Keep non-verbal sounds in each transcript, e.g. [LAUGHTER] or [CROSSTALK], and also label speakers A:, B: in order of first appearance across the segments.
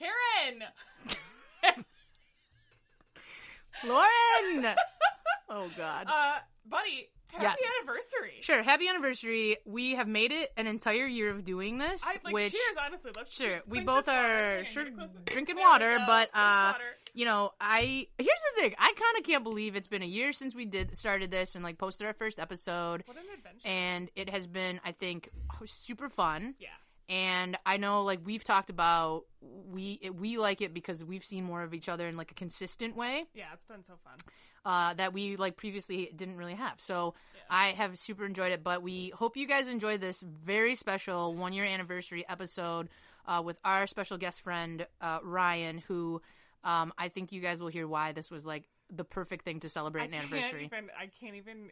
A: know. [LAUGHS]
B: Lauren. oh God.
A: Uh, buddy, happy
B: Yes.
A: anniversary.
B: Sure. Happy anniversary. We have made it an entire year of doing this.
A: I like
B: which,
A: cheers. Honestly, let's
B: Sure.
A: cheers.
B: We
A: Clink
B: both
A: this water.
B: are
A: Hang on,
B: sure
A: get close to-
B: drinking
A: There we
B: water,
A: go.
B: but
A: Drink
B: uh,
A: water.
B: you know, I here's the thing. I kind of can't believe it's been a year since we did started this and like posted our first episode,
A: what an adventure.
B: and it has been, I think, oh, super fun.
A: yeah.
B: and I know like we've talked about we we like it because we've seen more of each other in like a consistent way
A: Yeah, it's been so fun.
B: uh, that we like previously didn't really have. So
A: Yeah.
B: I have super enjoyed it, but we hope you guys enjoy this very special one year anniversary episode uh, with our special guest friend uh, Ryan, who um, I think you guys will hear why this was like the perfect thing to celebrate
A: I
B: an
A: can't
B: anniversary.
A: even. I can't even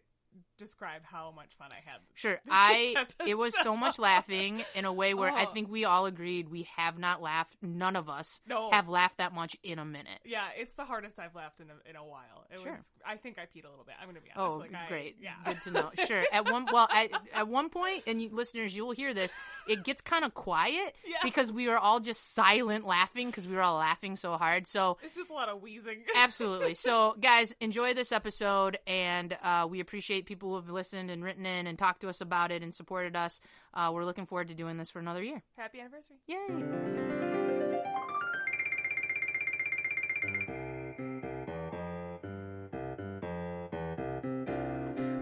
A: describe how much fun I had.
B: Sure. I
A: [LAUGHS] This
B: it was so much
A: episode.
B: laughing in a way where I
A: Oh.
B: think we all agreed we have not laughed none of us
A: No.
B: have laughed that much in a minute.
A: yeah, it's the hardest I've laughed in a, in a while. It
B: Sure.
A: was. I think I peed a little bit. I'm gonna be honest.
B: Oh,
A: like,
B: it's
A: I-
B: great.
A: Yeah.
B: Good to know. Sure. At one well, at, at one point, and you, listeners, you will hear this. It gets kind of quiet
A: [LAUGHS] Yeah.
B: because we were all just silent laughing because we were all laughing so hard. So
A: [LAUGHS] It's just a lot of wheezing.
B: absolutely. So guys, enjoy this episode, and uh, we appreciate people who have listened and written in and talked to us about it and supported us. Uh, we're looking forward to doing this for another year.
A: [LAUGHS] Happy anniversary. [LAUGHS]
B: Yay!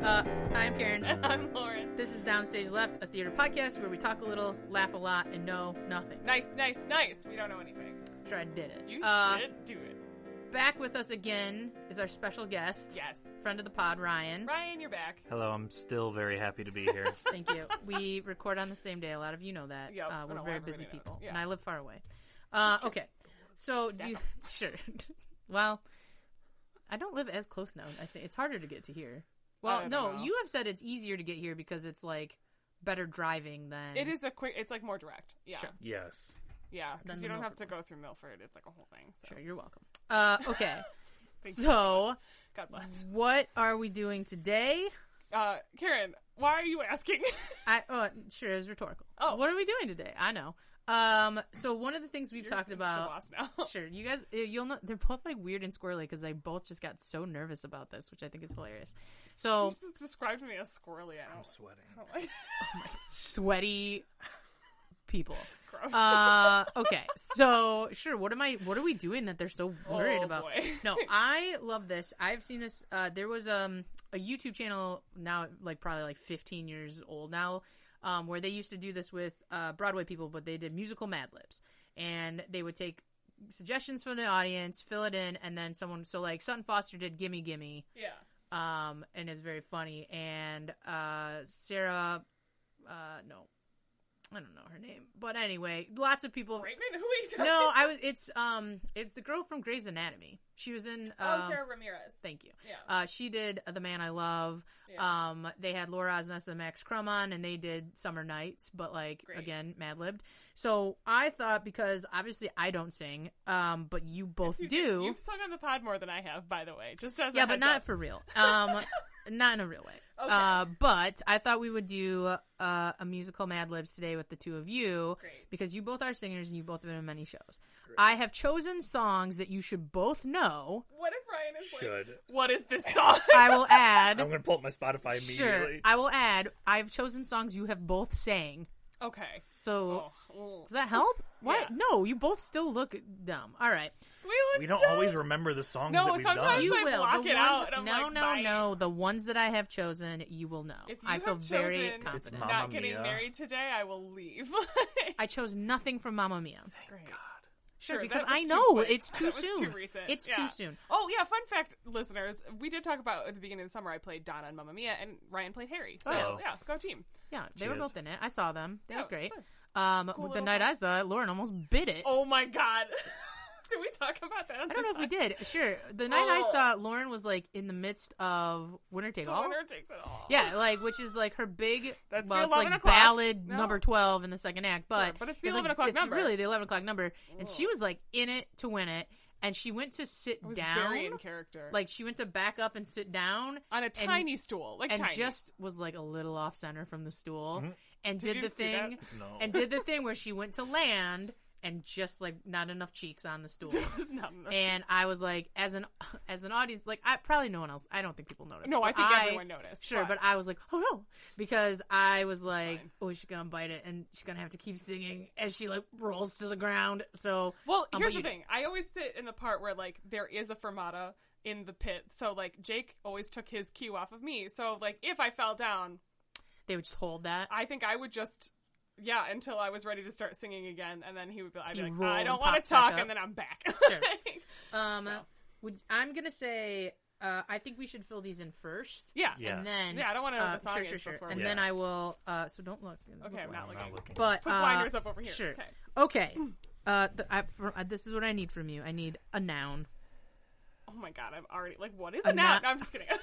B: Uh, I'm Karen.
A: And I'm Lauren.
B: This is Downstage Left, a theater podcast where we talk a little, laugh a lot, and know nothing.
A: Nice, nice, nice. We don't know anything.
B: Sure, I did it.
A: You
B: Uh,
A: did do it.
B: Back with us again is our special guest,
A: Yes.
B: friend of the pod, Ryan.
A: Ryan, you're back.
C: Hello, I'm still very happy to be here.
B: Thank you. We record on the same day. A lot of you know that.
A: Yep,
B: uh,
A: I
B: we're
A: know,
B: very
A: everybody
B: busy
A: knows.
B: people,
A: Yeah.
B: and I live far away. Uh, okay, so do
A: Stack
B: you, [LAUGHS] sure. well, I don't live as close now. I think it's harder to get to here. Well,
A: don't
B: no,
A: know.
B: you have said it's easier to get here because it's like better driving than
A: It is a quick. It's like more direct. Yeah,
B: Mm-hmm. Sure.
C: yes.
A: yeah. Because
B: Than
A: you
B: the
A: don't have to go through Milford. It's like a whole thing. So
B: Sure, you're welcome. Uh, okay,
A: [LAUGHS] Thank you.
B: so
A: God bless.
B: what are we doing today?
A: Uh, Karen, why are you
B: [LAUGHS]
A: asking?
B: I oh sure it was rhetorical.
A: Oh.
B: what are we doing today? I know. Um, so one of the things we've
A: You're
B: talked
A: the
B: about
A: boss now. [LAUGHS]
B: Sure, you guys, eh, you'll know they're both like weird and squirrely because they both just got so nervous about this, which I think is hilarious.
A: You
B: So
A: just described me as squirrely. I
C: I'm
A: don't, [LAUGHS]
C: sweating.
A: I don't like.
B: sweaty people.
A: Gross.
B: Uh, okay, so sure, what am I? What are we doing that they're so worried
A: Oh,
B: about?
A: boy. [LAUGHS]
B: No, I love this. I've seen this. Uh, there was um a YouTube channel now, like probably like 15 years old now, um, where they used to do this with uh, Broadway people, but they did musical Mad Libs, and they would take suggestions from the audience, fill it in, and then someone. So like Sutton Foster did "Gimme Gimme,"
A: yeah.
B: um, and it's very funny. And uh, Sarah, uh, no, I don't know her name, but anyway, lots of people.
A: Raymond, who are you talking?
B: No, I was. It's um, it's the girl from Grey's Anatomy. She was in.
A: Oh,
B: um,
A: Sarah Ramirez.
B: Thank you.
A: Yeah.
B: Uh, she did The Man I Love.
A: yeah.
B: Um, they had Laura Osnes and Max Crum on, and they did Summer Nights, but like
A: Great.
B: again, mad libbed. So I thought because obviously I don't sing, um, but you both
A: Yes, you did.
B: do.
A: You've sung on the pod more than I have, by the way. Just as a
B: yeah, but
A: heads
B: not
A: up.
B: for real. Um, [LAUGHS] not in a real way.
A: Okay.
B: Uh, but I thought we would do uh, a musical Mad Libs today with the two of you
A: Great.
B: because you both are singers and you've both been in many shows. I have chosen songs that you should both know.
A: What if Ryan is like?
C: Should.
A: What is
B: [LAUGHS]
A: this song?
B: I will add.
C: I'm going to pull up my Spotify
B: Sure.
C: immediately.
B: I will add, I've chosen songs you have both sang.
A: [LAUGHS] okay.
B: So,
A: Oh, oh.
B: does that help? What?
A: Yeah.
B: No, you both still look dumb. All right.
A: We, look
C: We don't
A: dumb.
C: always remember the songs
A: No,
C: that we've
A: sometimes
C: done.
B: You
A: I
B: will.
A: block
B: the
A: it
B: ones,
A: out and I'm
B: no,
A: like,
B: no,
A: bye.
B: no. The ones that I have chosen, you will know.
A: If you
B: I feel
A: have
B: very
A: chosen- It's
B: confident.
C: Mamma
A: not getting
C: Mia.
A: married today, I will leave. [LAUGHS]
B: [LAUGHS] I chose nothing from Mamma Mia.
A: Great.
B: Sure,
A: Sure,
B: because
A: that was
B: I
A: too
B: know
A: quick. [LAUGHS]
B: it's too
A: That was
B: soon.
A: too recent.
B: It's
A: Yeah.
B: too soon.
A: Oh yeah, fun fact, listeners, we did talk about at the beginning of the summer. I played Donna and Mamma Mia, and Ryan played Harry. So
C: Oh.
A: yeah, go team.
B: Yeah, they were
C: Cheers.
B: both in it. I saw them. They
A: Yeah,
B: were great.
A: Oh, it's fun.
B: Um,
A: Cool
B: the
A: little
B: night
A: song.
B: I saw it, Lauren almost bit it.
A: Oh my god, [LAUGHS] did we talk about that?
B: I don't know if we did. Sure, the night I
A: Oh.
B: saw it, Lauren was like in the midst of Winner Take
A: The
B: All.
A: winner takes it all.
B: Yeah, like which is like her big.
A: [LAUGHS] That's
B: well,
A: the
B: it's like
A: 11 o'clock.
B: ballad
A: No.
B: number twelve in the second act, but
A: but it's the
B: like,
A: 11 o'clock
B: it's
A: number.
B: Really, the eleven o'clock number, and she was like in it to win it, and she went to sit
A: it was
B: down,
A: very in character,
B: like she went to back up and sit down,
A: on a tiny stool, like
B: and
A: tiny. [LAUGHS]
B: just was like a little off center from the stool, and
A: Did
B: did,
A: you [LAUGHS]
B: the
A: see that?
B: thing,
C: No.
B: and did the thing where she went to land. and just like not enough cheeks on the
A: [LAUGHS]
B: stool.
A: There was not enough
B: and I was like, as an as an audience, like I probably no one else. I don't think people noticed.
A: No, I
B: But
A: think everyone noticed,
B: Sure,
A: but-
B: but I was like, oh no, because I was like,
A: fine.
B: oh, she's gonna bite it, and she's gonna have to keep singing as she like rolls to the ground. So
A: Well,
B: Um,
A: here's
B: but
A: the
B: you-
A: thing. I always sit in the part where like there is a fermata in the pit, so like Jake always took his cue off of me. So like if I fell down,
B: they would just hold that.
A: I think I would just yeah until I was ready to start singing again, and then he would be, I'd be
B: You
A: like,
B: roll
A: I
B: and
A: don't want
B: pop
A: to
B: back
A: talk,
B: up.
A: and then I'm back. [LAUGHS]
B: Sure.
A: Like,
B: um,
A: so.
B: would, I'm gonna say, uh, I think we should fill these in first,
A: yeah,
C: Yeah.
B: and then
A: Yeah, I don't wanna know what
B: uh,
A: the song
B: sure,
A: is
B: sure, sure,
A: before
B: and
A: we-
B: then
C: Yeah.
B: I will. Uh, so don't look. Look
A: Okay, I'm
B: away.
A: not looking.
C: I'm looking.
B: But
A: Put
B: uh,
A: blinders up over here.
B: Sure.
A: Okay.
B: Okay. Uh, th- I, for, uh, this is what I need from you. I need a noun.
A: Oh my god, I'm already like, what is
B: I'm
A: it now?
B: not-
A: No, I'm just kidding. [LAUGHS]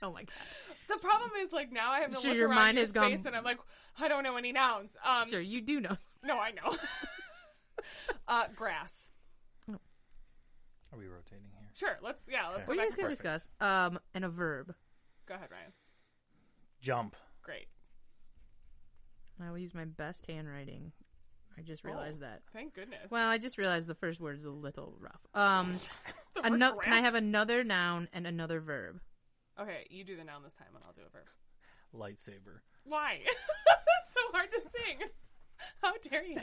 B: Oh my god.
A: the problem is like now I have to
B: Sure,
A: look
B: your
A: around
B: mind
A: your
B: has gone-
A: space, and I'm like, I don't know any nouns. Um,
B: sure, you do know.
A: No, I know. [LAUGHS] uh, grass.
C: Are we rotating here?
A: Sure. Let's yeah. Let's
C: Okay.
A: go
B: What are
A: back.
B: you guys gonna
C: Perfect.
B: discuss? Um, and a verb.
A: Go ahead, Ryan.
C: Jump.
A: Great.
B: I will use my best handwriting. I just realized
A: Oh,
B: that.
A: Thank goodness.
B: Well, I just realized the first word's a little rough.
A: [LAUGHS]
B: Um,
A: The word
B: ano- can I
A: grass-
B: have another noun and another verb?
A: Okay, you do the noun this time, and I'll do a verb.
C: Lightsaber.
A: Why? [LAUGHS] That's so hard to sing. How dare
C: [LAUGHS]
A: you?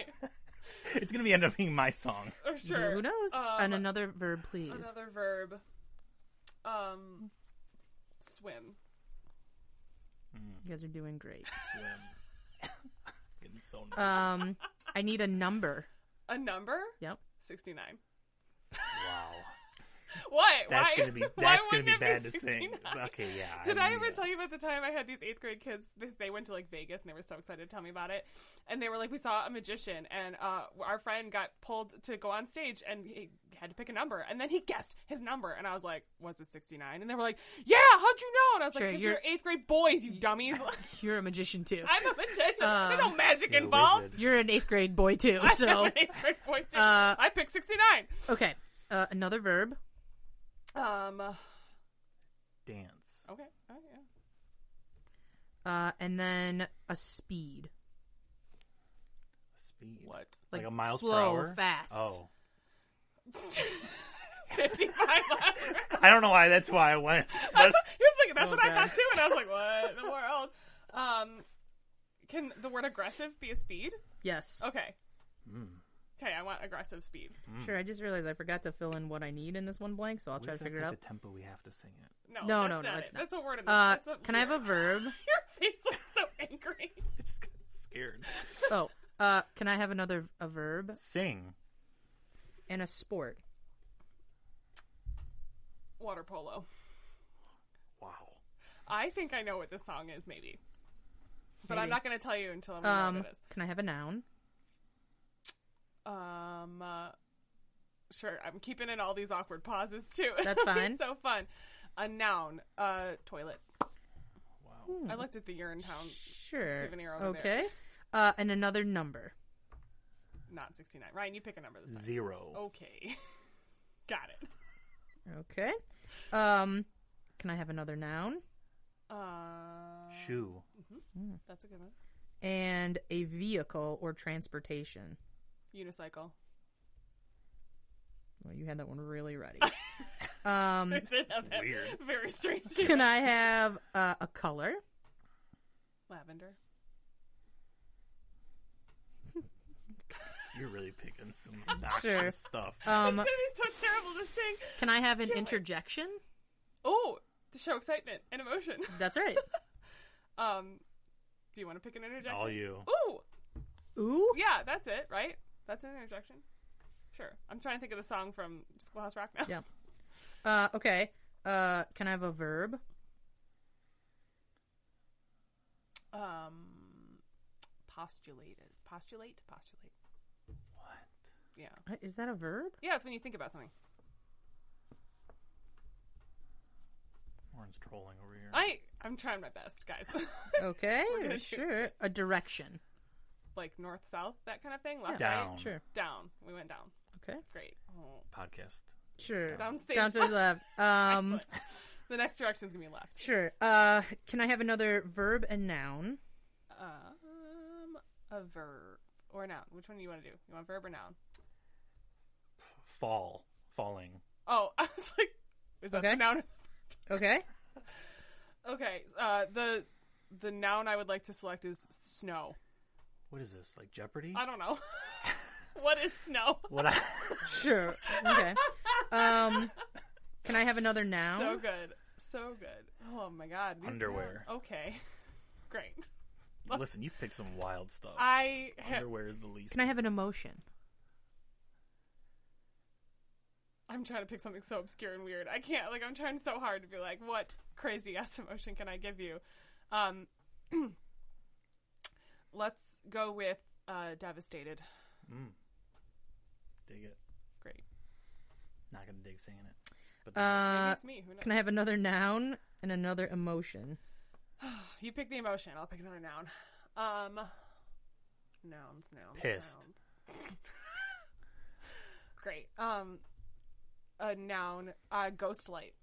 C: It's gonna be end up being my song.
A: Or sure.
B: Who knows?
A: Um,
B: and another verb, please.
A: Another verb. Um, swim.
B: You guys are doing great.
C: Swim. Getting so nervous.
B: Um, I need a number.
A: A number.
B: Yep.
A: Sixty-nine.
C: wow.
A: What?
C: That's
A: [LAUGHS] Why?
C: gonna be
A: Why
C: that's gonna
A: wouldn't
C: be
A: it
C: bad to sing.
A: 69?
C: Okay, yeah.
A: Did I ever
C: yeah.
A: tell you about the time I had these eighth grade kids? This, they went to like Vegas and they were so excited to tell me about it. And they were like, we saw a magician, and uh, our friend got pulled to go on stage, and he had to pick a number, and then he guessed his number, and I was like, was it sixty nine? And they were like, yeah, how'd you know? And I was
B: Sure,
A: like, because
B: you're-
A: you're... eighth grade boys, you
B: [LAUGHS]
A: dummies. [LAUGHS] Like,
B: You're a magician too.
A: I'm a magician. There's no magic
C: You're a
A: involved. [LAUGHS]
C: wizard.
B: You're an eighth grade boy too.
A: I'm
B: Uh, So
A: an eighth grade boy too.
B: Uh,
A: I picked sixty
B: okay, uh, another verb.
A: nine. Um. Okay.
C: Dance.
A: Oh, yeah.
B: Uh, and then a speed.
C: Speed.
A: What? [LAUGHS]
C: Like,
B: Like,
C: a miles per
B: slow,
C: hour.
B: fast.
C: Oh.
A: Fifty five left.
B: [LAUGHS]
C: I don't know why. That's why I went.
A: That's, [LAUGHS] here's the thing. That's
B: Oh,
A: what I
B: God.
A: thought too, and I was like, "What in the world?" Um, can the word aggressive be a speed?
B: Yes.
A: Okay. Okay, I want aggressive speed.
B: Sure. I just realized I forgot to fill in what I need in this one blank, so I'll try to figure it out.
C: The tempo Hmm. we have to sing it.
A: No, that's
B: No, no, no,
A: not
B: it's
A: it.
B: not.
A: That's a word. Of,
B: Uh,
A: that's a
B: can I have a
A: lyric. [LAUGHS]
B: verb?
A: Your face looks so angry.
C: I
A: [LAUGHS]
C: just got scared.
B: Oh, uh, can I have another a verb
C: Sing.
B: and a sport?
A: Water polo.
C: Wow.
A: I think I know what this song is, maybe, but I'm
B: Maybe.
A: not going to tell you until I know
B: Um,
A: what it is.
B: can I have a noun?
A: Um, uh, sure. I'm keeping in all these awkward pauses too. [LAUGHS]
B: That's
A: It'll be
B: fine.
A: so fun. A noun. Uh, toilet.
C: Wow.
A: I looked at the urine town.
B: Sure.
A: Um, Souvenir over there.
B: okay. Uh, and another number.
A: Not 69. Ryan, you pick a number this time.
C: Zero.
A: Oh. Okay. [LAUGHS] Got it.
B: Okay. Um, can I have another noun
A: Uh,
C: Shoe.
A: That's a good one.
B: and a vehicle or transportation?
C: [LAUGHS]
A: Unicycle.
B: Well, you had that one really [LAUGHS] ready. um,
A: I did have that.
C: Weird.
A: Very strange.
C: [LAUGHS]
B: can I have uh, a color?
A: Lavender.
C: You're really picking some
A: [LAUGHS]
C: obnoxious
B: Sure.
C: stuff.
B: Um,
A: It's going to be so terrible to sing.
B: can I have an interjection?
A: Oh, to show excitement and emotion. [LAUGHS]
B: That's right.
A: Um, do you want to pick an interjection?
C: All you.
A: Ooh,
B: [LAUGHS] Ooh.
A: yeah, that's it, right? That's an interjection? Sure. I'm trying to think of the song from Schoolhouse Rock now.
B: Yeah. Uh, okay. Uh, can I have a verb?
A: Um, postulated. Postulate? Postulate.
C: What?
A: Yeah.
B: Uh, Is that a verb?
A: Yeah, it's when you think about something.
C: Warren's trolling over here.
A: I, I'm trying my best, guys. [LAUGHS]
B: Okay.
A: gonna do
B: [LAUGHS] sure. A direction.
A: like north south that kind of thing left
C: Down.
A: right
B: Sure.
A: down we went down
B: Okay.
A: great oh.
C: Podcast.
B: Sure.
A: Downstage.
B: [LAUGHS] Downstage left. Um,
A: Excellent. [LAUGHS] the next direction's gonna be left
B: sure. Uh, can I have another verb and noun?
A: um a verb or a noun? Which one do you want to do? You want verb or noun?
C: Fall. Falling.
A: Oh, [LAUGHS] I was like, is that
B: Okay.
A: the noun?
B: Okay.
A: Okay. Uh, the the noun I would like to select is snow.
C: What is this? Like Jeopardy?
A: I don't know. [LAUGHS] what is snow?
C: What I
A: [LAUGHS]
B: Sure. Okay. Um, can I have another noun?
A: So good. So good. Oh my god. these
C: Underwear.
A: nouns. Okay. [LAUGHS] Great.
C: listen, you've picked some wild stuff.
A: I ha-
C: Underwear is the least.
B: Can I have an emotion?
A: I'm trying to pick something so obscure and weird. I can't like I'm trying so hard to be like, what crazy [LAUGHS] ass emotion can I give you? Um [CLEARS THROAT] let's go with uh devastated.
C: Mm. Dig it.
A: Great.
C: Not gonna dig singing it. But
A: Maybe
B: Uh,
A: it's me. Who knows?
B: can I have another noun and another
A: [LAUGHS]
B: emotion?
A: You pick the emotion, I'll pick another noun. Um nouns, nouns.
C: Pissed.
A: nouns. Great. Um a noun, uh ghost light.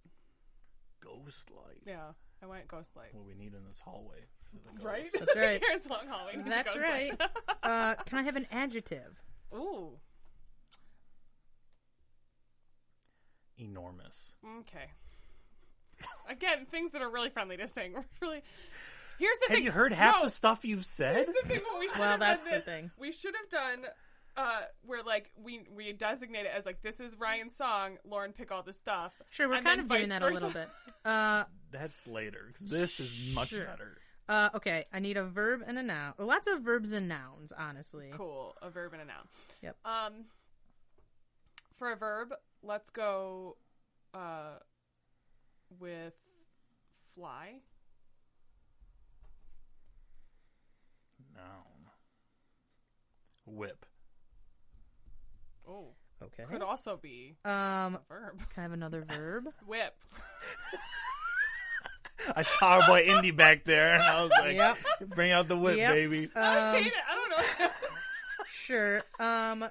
C: ghost light.
A: Yeah. I went ghost light.
C: What we need in this hallway. is a ghost.
A: Right? [LAUGHS]
B: That's right.
A: Karen's long hallway. needs a
B: That's
A: ghost [LAUGHS] light.
B: right. Uh, can I have an adjective?
A: Ooh.
C: Enormous.
A: [LAUGHS] Okay. Again, things that are really friendly to sing. [LAUGHS] We're really. Here's the
C: Have
A: thing.
C: you heard half
A: no,
C: the stuff you've said?
A: here's the thing. What we should
B: Well,
A: have
B: that's the
A: done this.
B: thing.
A: We should have done. Uh, where like we we designate it as like this is Ryan's song. Lauren pick all the stuff.
B: Sure, we're
A: and
B: kind
A: then
B: of
A: vice
B: doing that a
A: versa.
B: little bit. Uh,
C: That's later. 'cause this is much
B: Sure.
C: better.
B: uh, okay, I need a verb and a noun. Lots of verbs and nouns, honestly.
A: Cool, a verb and a noun.
B: Yep.
A: Um, for a verb, let's go. Uh, with fly.
C: Noun. Whip.
A: Oh,
B: Okay.
A: could also be
B: Um,
A: a verb.
B: can I have another
A: [LAUGHS]
B: verb?
A: Whip.
C: I saw our boy Indy back there, and I was like,
B: Yep.
C: "Bring out the whip,
B: Yep.
C: baby."
A: I hate
B: Um,
A: it. I don't know. [LAUGHS]
B: sure. Um,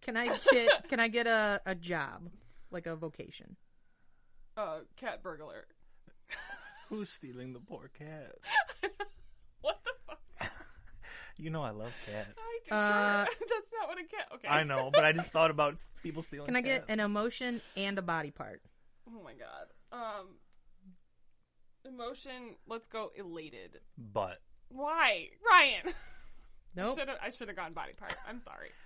B: can I get can I get a, a job, like a vocation?
A: Uh, cat burglar.
C: Who's stealing the poor cat?
A: What the fuck?
C: You know I love cats.
A: I do,
B: Uh,
A: sure. [LAUGHS] That's not what a cat. Okay.
C: I know, but I just thought about s- people stealing.
B: Can I get
C: cats.
B: an emotion and a body part?
A: Oh my god. Um, emotion. Let's go elated.
C: But
A: Why, Ryan? [LAUGHS]
B: Nope.
A: Should I should have gone body part. I'm sorry. [LAUGHS]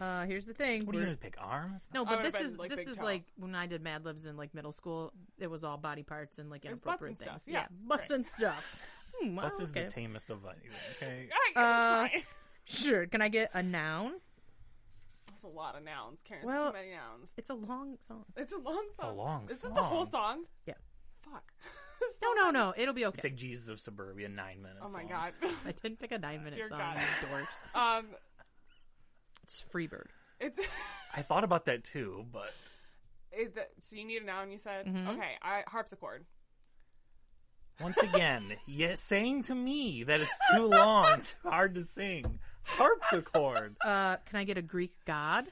B: Uh, here's the thing.
C: what are you
B: we're-
C: gonna pick? Arm? It's
B: No,
A: I
B: but
A: would've
B: this
A: been,
B: is
A: like,
B: this
A: big
B: is
A: toe.
B: like when I did Mad Libs in like middle school. It was all body parts and like
A: was butts and
B: inappropriate things.
A: stuff, yeah,
B: butts
A: right.
B: and stuff.
A: [LAUGHS]
B: Hmm,
C: not- This
B: wow,
C: is
B: okay.
C: the tamest of anything.
B: [LAUGHS]
C: Okay.
A: I,
B: Uh,
A: Ryan.
B: sure. Can I get a noun?
A: [LAUGHS] That's a lot of nouns. Karen's
B: well,
A: too many nouns.
B: It's a long song.
A: It's a long song.
C: a long
A: Is this the whole song?
B: Yeah.
A: Fuck. [LAUGHS]
B: No, no, no. It'll be
C: It's
B: okay.
C: like Jesus of Suburbia, nine minutes.
A: Oh my
C: long.
A: god. [LAUGHS]
B: I didn't pick a nine minute
A: Dear
B: song.
A: God.
B: you dorks.
A: um,
B: It's Freebird.
A: it's. [LAUGHS]
C: I thought about that too, but
A: It, the, so you need a noun, you said?
B: Mhm.
A: Okay, I, harpsichord.
C: once again, [LAUGHS] you saying to me that it's
B: [LAUGHS]
C: too long, it's hard to sing. Harpsichord.
B: Uh, can I get a Greek god?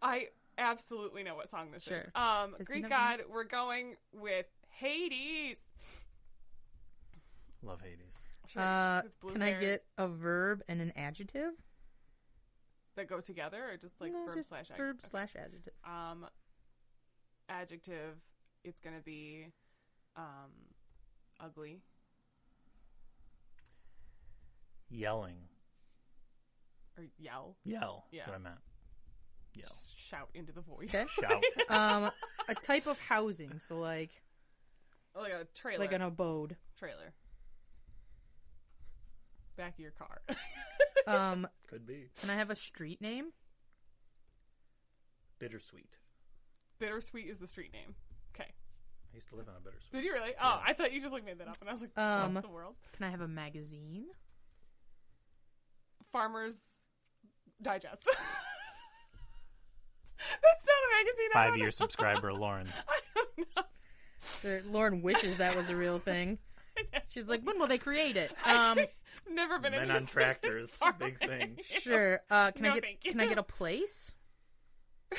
A: I absolutely know what song this is.
B: Sure.
A: Um,
B: Has he
A: Greek
B: never-
A: God, we're going with Hades.
C: Love Hades.
A: Sure,
B: uh,
A: 'cause it's blue
B: can I
A: bear.
B: get a verb and an adjective?
A: that go together or just like
B: no,
A: verb
B: just
A: slash ag-
B: verb
A: okay.
B: slash adjective.
A: um adjective? It's gonna be um ugly.
C: Yelling.
A: Or yell.
C: Yell.
A: Yeah.
C: That's what I meant. Yell.
A: Just shout into the void.
B: Okay.
C: Shout.
B: um, a type of housing. So like
A: [LAUGHS] Like a trailer.
B: like an abode.
A: trailer. Back of your car. [LAUGHS]
B: Um,
C: Could be.
B: can I have a street name?
C: Bittersweet.
A: Bittersweet is the street name. Okay.
C: I used to live on a bittersweet.
A: Did you really? Oh, I thought you just like made that up and I was like,
B: Um,
A: what the world?
B: Can I have a magazine?
A: Farmers Digest. [LAUGHS] That's not a magazine. I
C: Five
A: don't
C: year
A: [LAUGHS] know.
C: subscriber Lauren.
B: Sir, Lauren wishes that was a real thing. She's like, when will they create it?
A: [LAUGHS]
B: Um,
A: Never been
C: Men
A: interested
C: on
A: in
C: tractors. Big
A: [LAUGHS] farming.
C: thing.
B: sure. Uh, can
A: No,
B: I get
A: thank you.
B: can I get a place?
A: [LAUGHS] I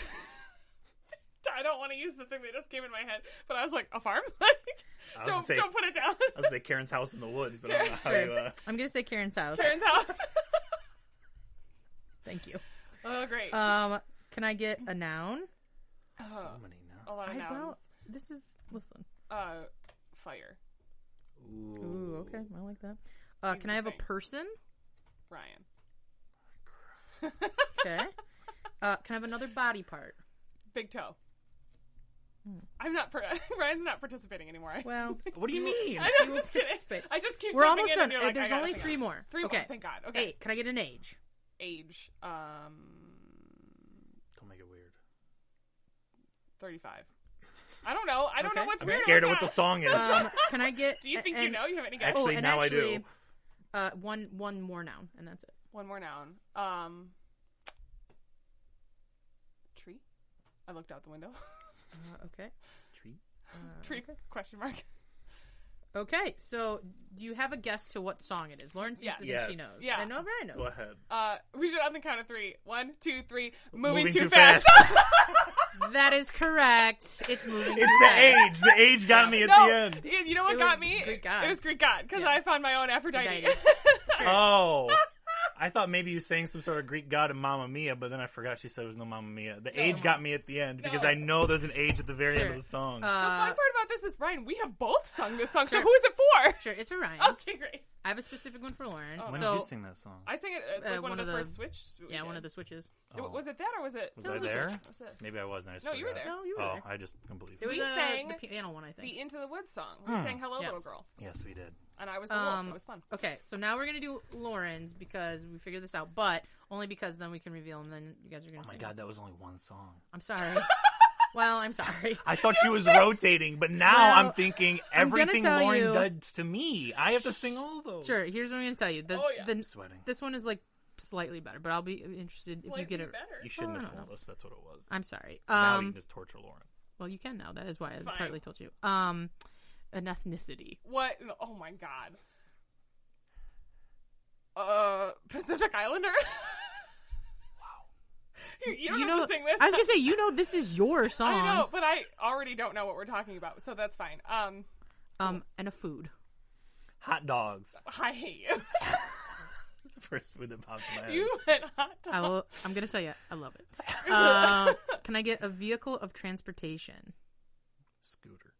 A: don't want to use the thing that just came in my head, but I was like, a farm. [LAUGHS]
C: I was gonna
A: don't
C: say,
A: don't put it down. [LAUGHS]
C: I was gonna say Karen's house in the woods, but I don't know how
B: Sure.
C: you. Uh,
B: I'm gonna say Karen's house.
A: Karen's house.
B: Thank you.
A: [LAUGHS] Oh, great.
B: Um, can I get a noun?
A: Oh,
C: So many now.
A: a lot of
B: I- well,
A: nouns.
B: this is listen.
A: Uh, fire.
C: Ooh.
B: Ooh, okay, I like that. Uh,
A: He's
B: can I have a
A: insane. [LAUGHS]
B: person?
A: Ryan.
B: Okay. uh, can I have another body part?
A: Big toe. I'm not. par- [LAUGHS] Ryan's not participating anymore. I-
B: Hmm. Well,
C: What do you mean?
A: I know,
B: you
A: [LAUGHS] I'm
B: will
A: just kidding.
B: participate.
A: I just keep.
B: we're
A: jumping
B: almost
A: in
B: done.
A: and you're like,
B: Uh, There's
A: I gotta
B: only
A: figure
B: three
A: out.
B: more.
A: Three
B: okay.
A: more. Thank God. Okay.
B: Eight. Can I get
A: [LAUGHS]
B: an age?
A: Age. Um,
C: Don't make it weird.
A: 35. I don't know. I don't know
B: Okay.
A: what's
C: I'm
A: weird.
C: scared of
A: about
C: what
A: that.
C: the song is.
B: Um, [LAUGHS] can I get?
A: [LAUGHS] Do you think you
B: and-
A: know? You have any guess?
B: oh,
C: Actually,
B: and
C: now I
B: actually-
C: do.
B: Uh, one one more noun, and that's it.
A: One more noun. Um, tree. I looked out the window.
B: Uh, okay.
C: Tree?
B: Uh,
A: tree? Question mark.
B: Okay. So, do you have a guess to what song it is? Lauren seems
A: Yeah.
B: to think
C: Yes.
B: she knows.
A: Yeah.
B: I know Brian knows.
C: Go ahead.
A: Uh, we should on the count of three. One, two, three. Moving,
C: Moving
A: too,
C: too
A: fast.
B: That is correct.
C: [LAUGHS]
B: It's moving. too
C: It's
B: fast.
C: the age. The age
A: [LAUGHS]
C: got me at
A: no,
C: the end.
A: you- you know what
B: It was
A: got me?
B: Greek God.
A: It was Greek God because
B: Yeah.
A: I found my own [LAUGHS] Aphrodite.
B: Aphrodite. [LAUGHS]
C: Oh. I thought maybe you sang some sort of Greek god in Mamma Mia, but then I forgot she said there was no Mamma Mia. The age got me at the end because
A: No.
C: I know there's an age at the very end
B: Sure.
C: of the song.
A: the fun
B: Uh,
A: part about this is Ryan. We have both sung this song. So
B: Sure.
A: who is it for?
B: sure, it's for Ryan.
A: Okay, great.
B: I have a specific one for Lauren.
A: Oh.
C: when
B: so,
C: did you sing that song?
A: I sang it at like,
B: Uh,
A: one,
B: one
A: of
B: of
A: the,
B: the-
A: first Switch. we
B: yeah, one
A: did.
B: of the switches.
A: It-
C: Oh.
A: Was it that or was it?
C: Was
A: no,
C: I
A: it was
C: there?
A: Switch. What's this?
C: Maybe I wasn't. I just
A: No, you were
C: forgot.
A: there.
B: No, you were
C: oh,
B: there.
C: I just completely.
B: It was
A: We
B: uh,
A: sang
B: the piano one, I think.
A: The Into the Woods song. We
C: Hmm.
A: sang "Hello,
B: Yeah.
A: Little Girl,"
C: Yes, we did.
A: and I was the wolf.
B: Um,
A: It was fun.
B: Okay, so now we're gonna do Lauren's because we figured this out, but only because then we can reveal and then you guys are gonna.
C: Oh my
B: sing.
C: god, that was only one song.
B: [LAUGHS] I'm sorry.
A: [LAUGHS]
B: well, I'm sorry.
C: I thought she was rotating, but now
B: Well,
C: I'm thinking
B: I'm gonna
C: everything
B: tell
C: Lauren
B: you-
C: does to me. I have to sing all those.
B: Sure. Here's what I'm gonna tell you. The,
A: Oh, yeah.
B: the-
C: I'm sweating.
B: this one is like slightly better, but I'll be interested if you get it.
A: better.
C: You shouldn't
B: I
C: have
B: don't
C: told us that's what it was.
B: I'm sorry.
C: now you
B: Um,
C: can just torture Lauren.
B: well, you can now. That is why I
A: fine.
B: partly told you. Um, an ethnicity.
A: What? in the- Oh my god. Uh, Pacific Islander. [LAUGHS] You, you don't
B: you
A: have
B: know,
A: to sing this.
B: I was gonna say, you know, this is your
A: [LAUGHS]
B: song.
A: I know, but I already don't know what we're talking about, so that's fine. Um,
B: Um, and a food. [LAUGHS]
C: Hot dogs.
A: I hate you. [LAUGHS]
C: That's the first food that popped in my head.
A: you went hot dog.
B: I will. I'm gonna tell you, I
A: [LAUGHS]
B: love it. Um, can I get a vehicle of transportation?
C: Scooter.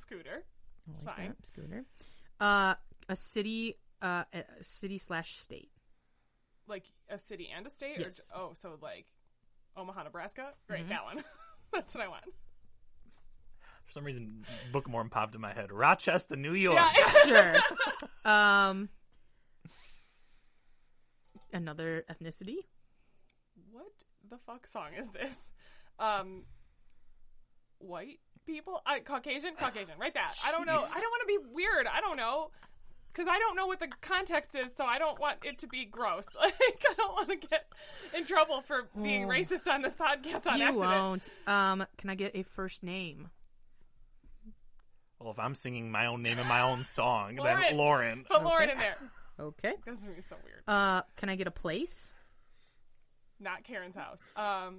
A: Scooter.
B: I like
A: Fine.
B: that. Scooter. Uh, a city. Uh, a a city slash state.
A: Like a city and a state?
B: Yes. Mm-hmm.
A: Or, oh, so like Omaha, Nebraska? Great, that one. [LAUGHS] that's what I want.
C: For some reason, Bookmorn popped in my head. Rochester, New York.
A: Yeah. [LAUGHS]
B: Sure. um, another ethnicity.
A: what the fuck song is this? Um, white people, I, Caucasian, Caucasian, right? That I don't know.
C: Jeez.
A: I don't want to be weird. I don't know because I don't know what the context is, so I don't want it to be gross. [LAUGHS] Like I don't want to get in trouble for being racist on this podcast on
B: Hmm. you
A: accident.
B: won't. Um, can I get a first name?
C: Well, if I'm singing my own name in my own
A: Lauren.
C: song,
A: Oh.
C: then Lauren.
A: Put Lauren in there. [LAUGHS]
B: Okay.
A: This is gonna be so weird.
B: Uh, can I get a place?
A: Not Karen's house. Um,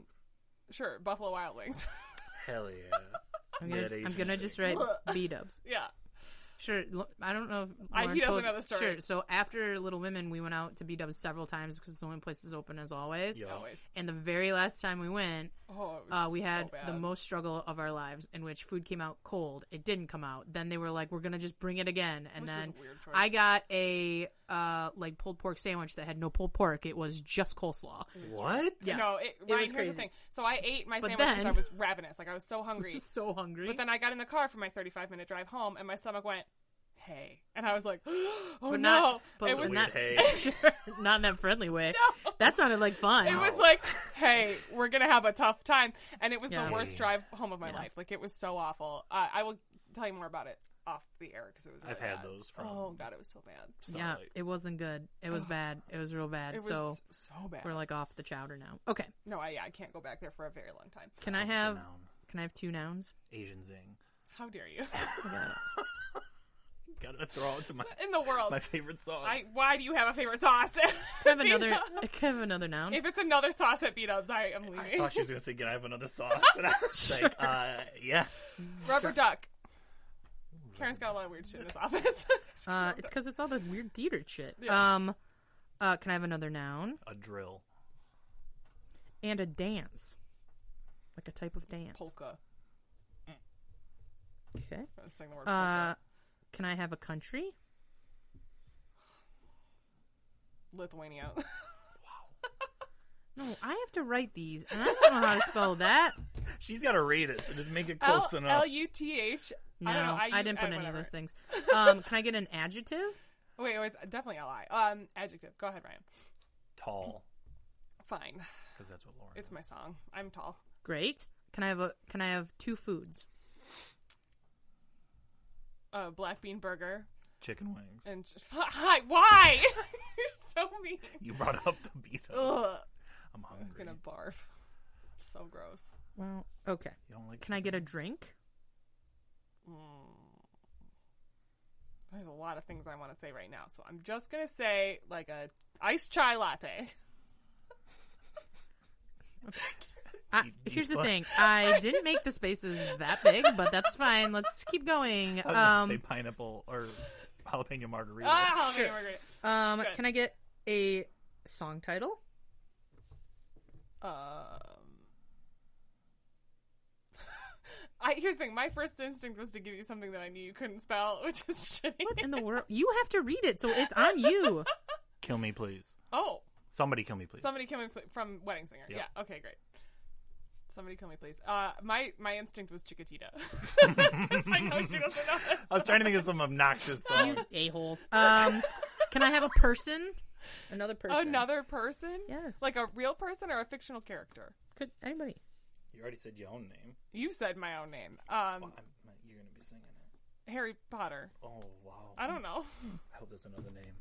A: sure, Buffalo Wild Wings. [LAUGHS]
C: Hell yeah.
B: I'm gonna,
C: That Asian
B: I'm gonna just write B Dubs.
A: yeah.
B: Sure. Lo- I don't know. If
A: I- he
B: Lauren
A: doesn't
B: told-
A: know the story.
B: Sure. So after Little Women, we went out to B Dubs several times because it's the only place that's open as always.
C: Yo.
A: Always.
B: And the very last time we went,
A: Oh, it was
B: uh, we
A: so
B: had
A: bad.
B: the most struggle of our lives, in which food came out cold. It didn't come out. Then they were like, "We're gonna just bring it again." And
A: Which was
B: then
A: a weird choice.
B: I got a uh, like pulled pork sandwich that had no pulled pork. It was just coleslaw.
C: What?
B: Yeah.
A: No, it, Ryan,
B: was
A: here's the
B: crazy.
A: thing. So I ate my
B: But
A: sandwich because
B: then-
A: I was ravenous. Like I was so
B: [LAUGHS]
A: hungry.
B: so hungry.
A: But then I got in the car for my 35 minute drive home, and my stomach went, "Hey," and I was like, [GASPS] "Oh
B: but
A: no!"
B: not, but
A: it was
C: not-
B: not, [LAUGHS]
C: Weird,
B: sure, not in that friendly
A: [LAUGHS]
B: way. That sounded like fun.
A: It was like, "Hey, we're gonna have a tough time," and it was
B: Yeah.
A: the worst drive home of my
B: Yeah.
A: life. Like it was so awful. Uh, I will tell you more about it off the air because it was. Really
C: I've had
A: bad.
C: those from
A: Oh god, it was so bad.
B: yeah,
C: Starlight.
B: it wasn't good. It was bad. It was real bad.
A: It was
B: so
A: so, bad.
B: we're like off the chowder now. Okay,
A: no, I, yeah, I can't go back there for a very long time.
B: can I
C: It's a
B: have
C: noun.
B: can I have
A: [LAUGHS]
B: two nouns?
C: Asian zing?
A: How dare you? [LAUGHS]
C: Gotta throw it to my
A: in the world,
C: my favorite sauce.
A: I, why do you have a favorite sauce?
B: Can I have another? Can I have another
A: [LAUGHS]
B: noun?
A: If it's another sauce at beat ups, I am
C: I
A: leaving.
C: thought she was gonna say, "Can I have another sauce?" And I
A: [LAUGHS]
C: was like, "Uh, yeah."
A: Rubber duck.
B: [LAUGHS]
A: Karen's got a lot of weird shit in this office.
B: Uh, it's because it's all the weird theater shit.
A: Yeah.
B: Um, Uh, can I have another noun?
C: A drill.
B: And a dance. Like a type of dance.
A: Polka.
B: Okay.
A: I was saying the word polka.
B: Uh, can I have a country?
A: Lithuania.
B: No, I have to write these, and I don't know how to spell [LAUGHS] that.
C: She's got to rate it, so just make it
A: L
C: close enough.
A: L U T H.
B: No,
A: I don't know. I, uh,
B: I didn't put any of
A: whatever.
B: those [LAUGHS] things. Um, can I get an adjective?
A: Wait, wait, it's definitely L I. Um, adjective. Go ahead, Ryan.
C: Tall,
A: Fine.
C: because that's what Lauren.
A: It's
C: is.
A: my song. I'm tall.
B: Great. Can I have a? Can I have two foods?
A: Uh, black bean burger
C: chicken wings.
A: and [LAUGHS] hi. Why? [LAUGHS] You're so mean.
C: you brought up the Beatles.
A: Ugh.
C: I'm
A: I'm
C: hungry.
A: gonna barf. So gross.
B: Well, okay.
C: You don't like?
B: Can I get a drink?
A: There's a lot of things I want to say right now, so I'm just gonna say like a iced chai latte.
B: I,
C: You- you
B: here's the
C: slut.
B: thing. I didn't make the spaces that big, but that's fine. Let's keep going.
C: I was gonna
B: Um,
C: say pineapple or jalapeno margarita.
A: Ah, okay, we're great.
B: um,
A: good.
B: can I get a song title?
A: Um, [LAUGHS] I here's the thing. My first instinct was to give you something that I knew you couldn't spell, [LAUGHS] which is shitty.
B: What in the world? You have to read it, so it's on you.
C: Kill me, please.
A: [LAUGHS] Oh,
C: Somebody kill me, please.
A: somebody kill me pl- from Wedding Singer.
C: Yeah.
A: Yeah. Okay, great. Somebody kill me, please. Uh, my my instinct was
B: [LAUGHS]
A: Chiquitita [LAUGHS] 'Cause I know she doesn't know that
C: I was trying to think of some
B: [LAUGHS]
C: obnoxious song.
B: You a holes. Um, can I have a person? Another person.
A: Another person?
B: Yes.
A: Like a real person or a fictional character?
B: Could anybody?
C: You already said your own name.
A: You said my own name. Um,
C: I'm, uh, you're gonna be singing it.
A: Harry Potter.
C: Oh wow!
A: I don't know. [LAUGHS]
C: I hope there's another name.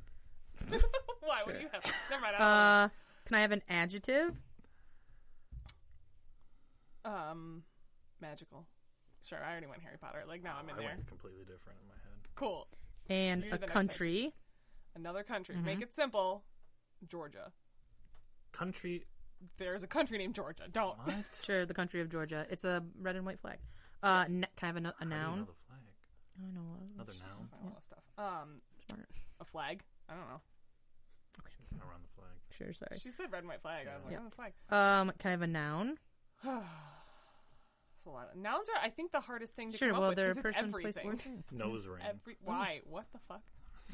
A: Why? What do you have? Never
B: [LAUGHS]
A: mind. I
B: Uh, can I have an adjective?
A: don't know. um, magical. Sure, I already went Harry Potter. Like now I'm in
C: I
A: there.
C: went completely different in my head.
A: Cool.
B: And
A: You're
B: a
A: the next
B: country.
A: Another country.
B: Mm-hmm.
A: Make it simple. Georgia.
C: Country.
A: There's a country named Georgia. Don't. [LAUGHS]
C: What?
B: Sure, the country of Georgia. It's a red and white flag. Uh, n- can I have a, no- a
C: How do you know
B: noun?
C: the flag?
B: I don't know.
C: Another noun
A: There's not a lot of stuff. Um,
B: Smart.
A: a flag. I don't know.
C: around the flag.
B: Sure, sorry.
A: She said red and white flag. I was like,
B: Yeah.
A: oh, flag.
B: Um, can I have a noun?
A: It's a lot. Of, nouns are, I think, the hardest thing to
B: Sure.
A: come up
B: Well,
A: with
B: they're a
A: 'cause it's
B: person, place, Mm.
A: everything.
B: or thing. [LAUGHS]
C: Nose ring.
A: Every why? What the fuck?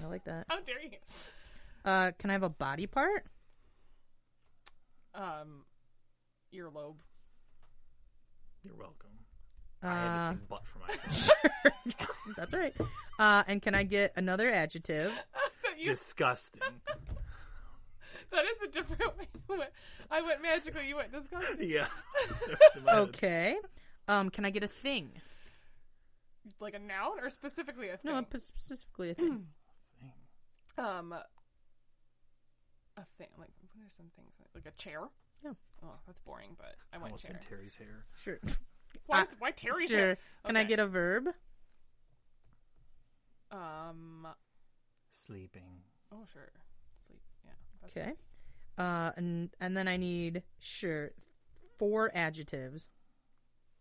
B: I like that.
A: How dare you?
B: Uh, can I have a body part?
A: Um, earlobe. [LAUGHS]
C: You're welcome. I had to
B: Uh,
C: see butt for
B: [LAUGHS]
C: myself.
B: that's right. Uh, and can I get another adjective?
A: That you-
C: Disgusting.
B: [LAUGHS]
A: that is a different [LAUGHS] way. you went. I went magically. You went
C: [LAUGHS]
A: disgusting.
C: Yeah.
B: Oh.
C: That's
B: Uh,
C: in my head.
B: Okay. Um, can I get a thing?
A: Like a noun or specifically a thing.
B: No, p- specifically a thing.
A: um, a thing. Like what are some things? Like a chair.
B: Yeah.
A: Oh, that's boring. But I
C: I
A: went
C: almost
A: chair.
C: said Terry's hair.
B: [LAUGHS] Sure.
A: why?
B: I-
A: is- why Terry's
B: Uh, sure.
A: hair?
B: Can I
A: Okay.
B: get a verb?
A: Um.
C: Sleeping.
A: Oh, sure. Sleep. Yeah. That's
B: Okay.
A: nice.
B: Uh, and and then I need sure four adjectives.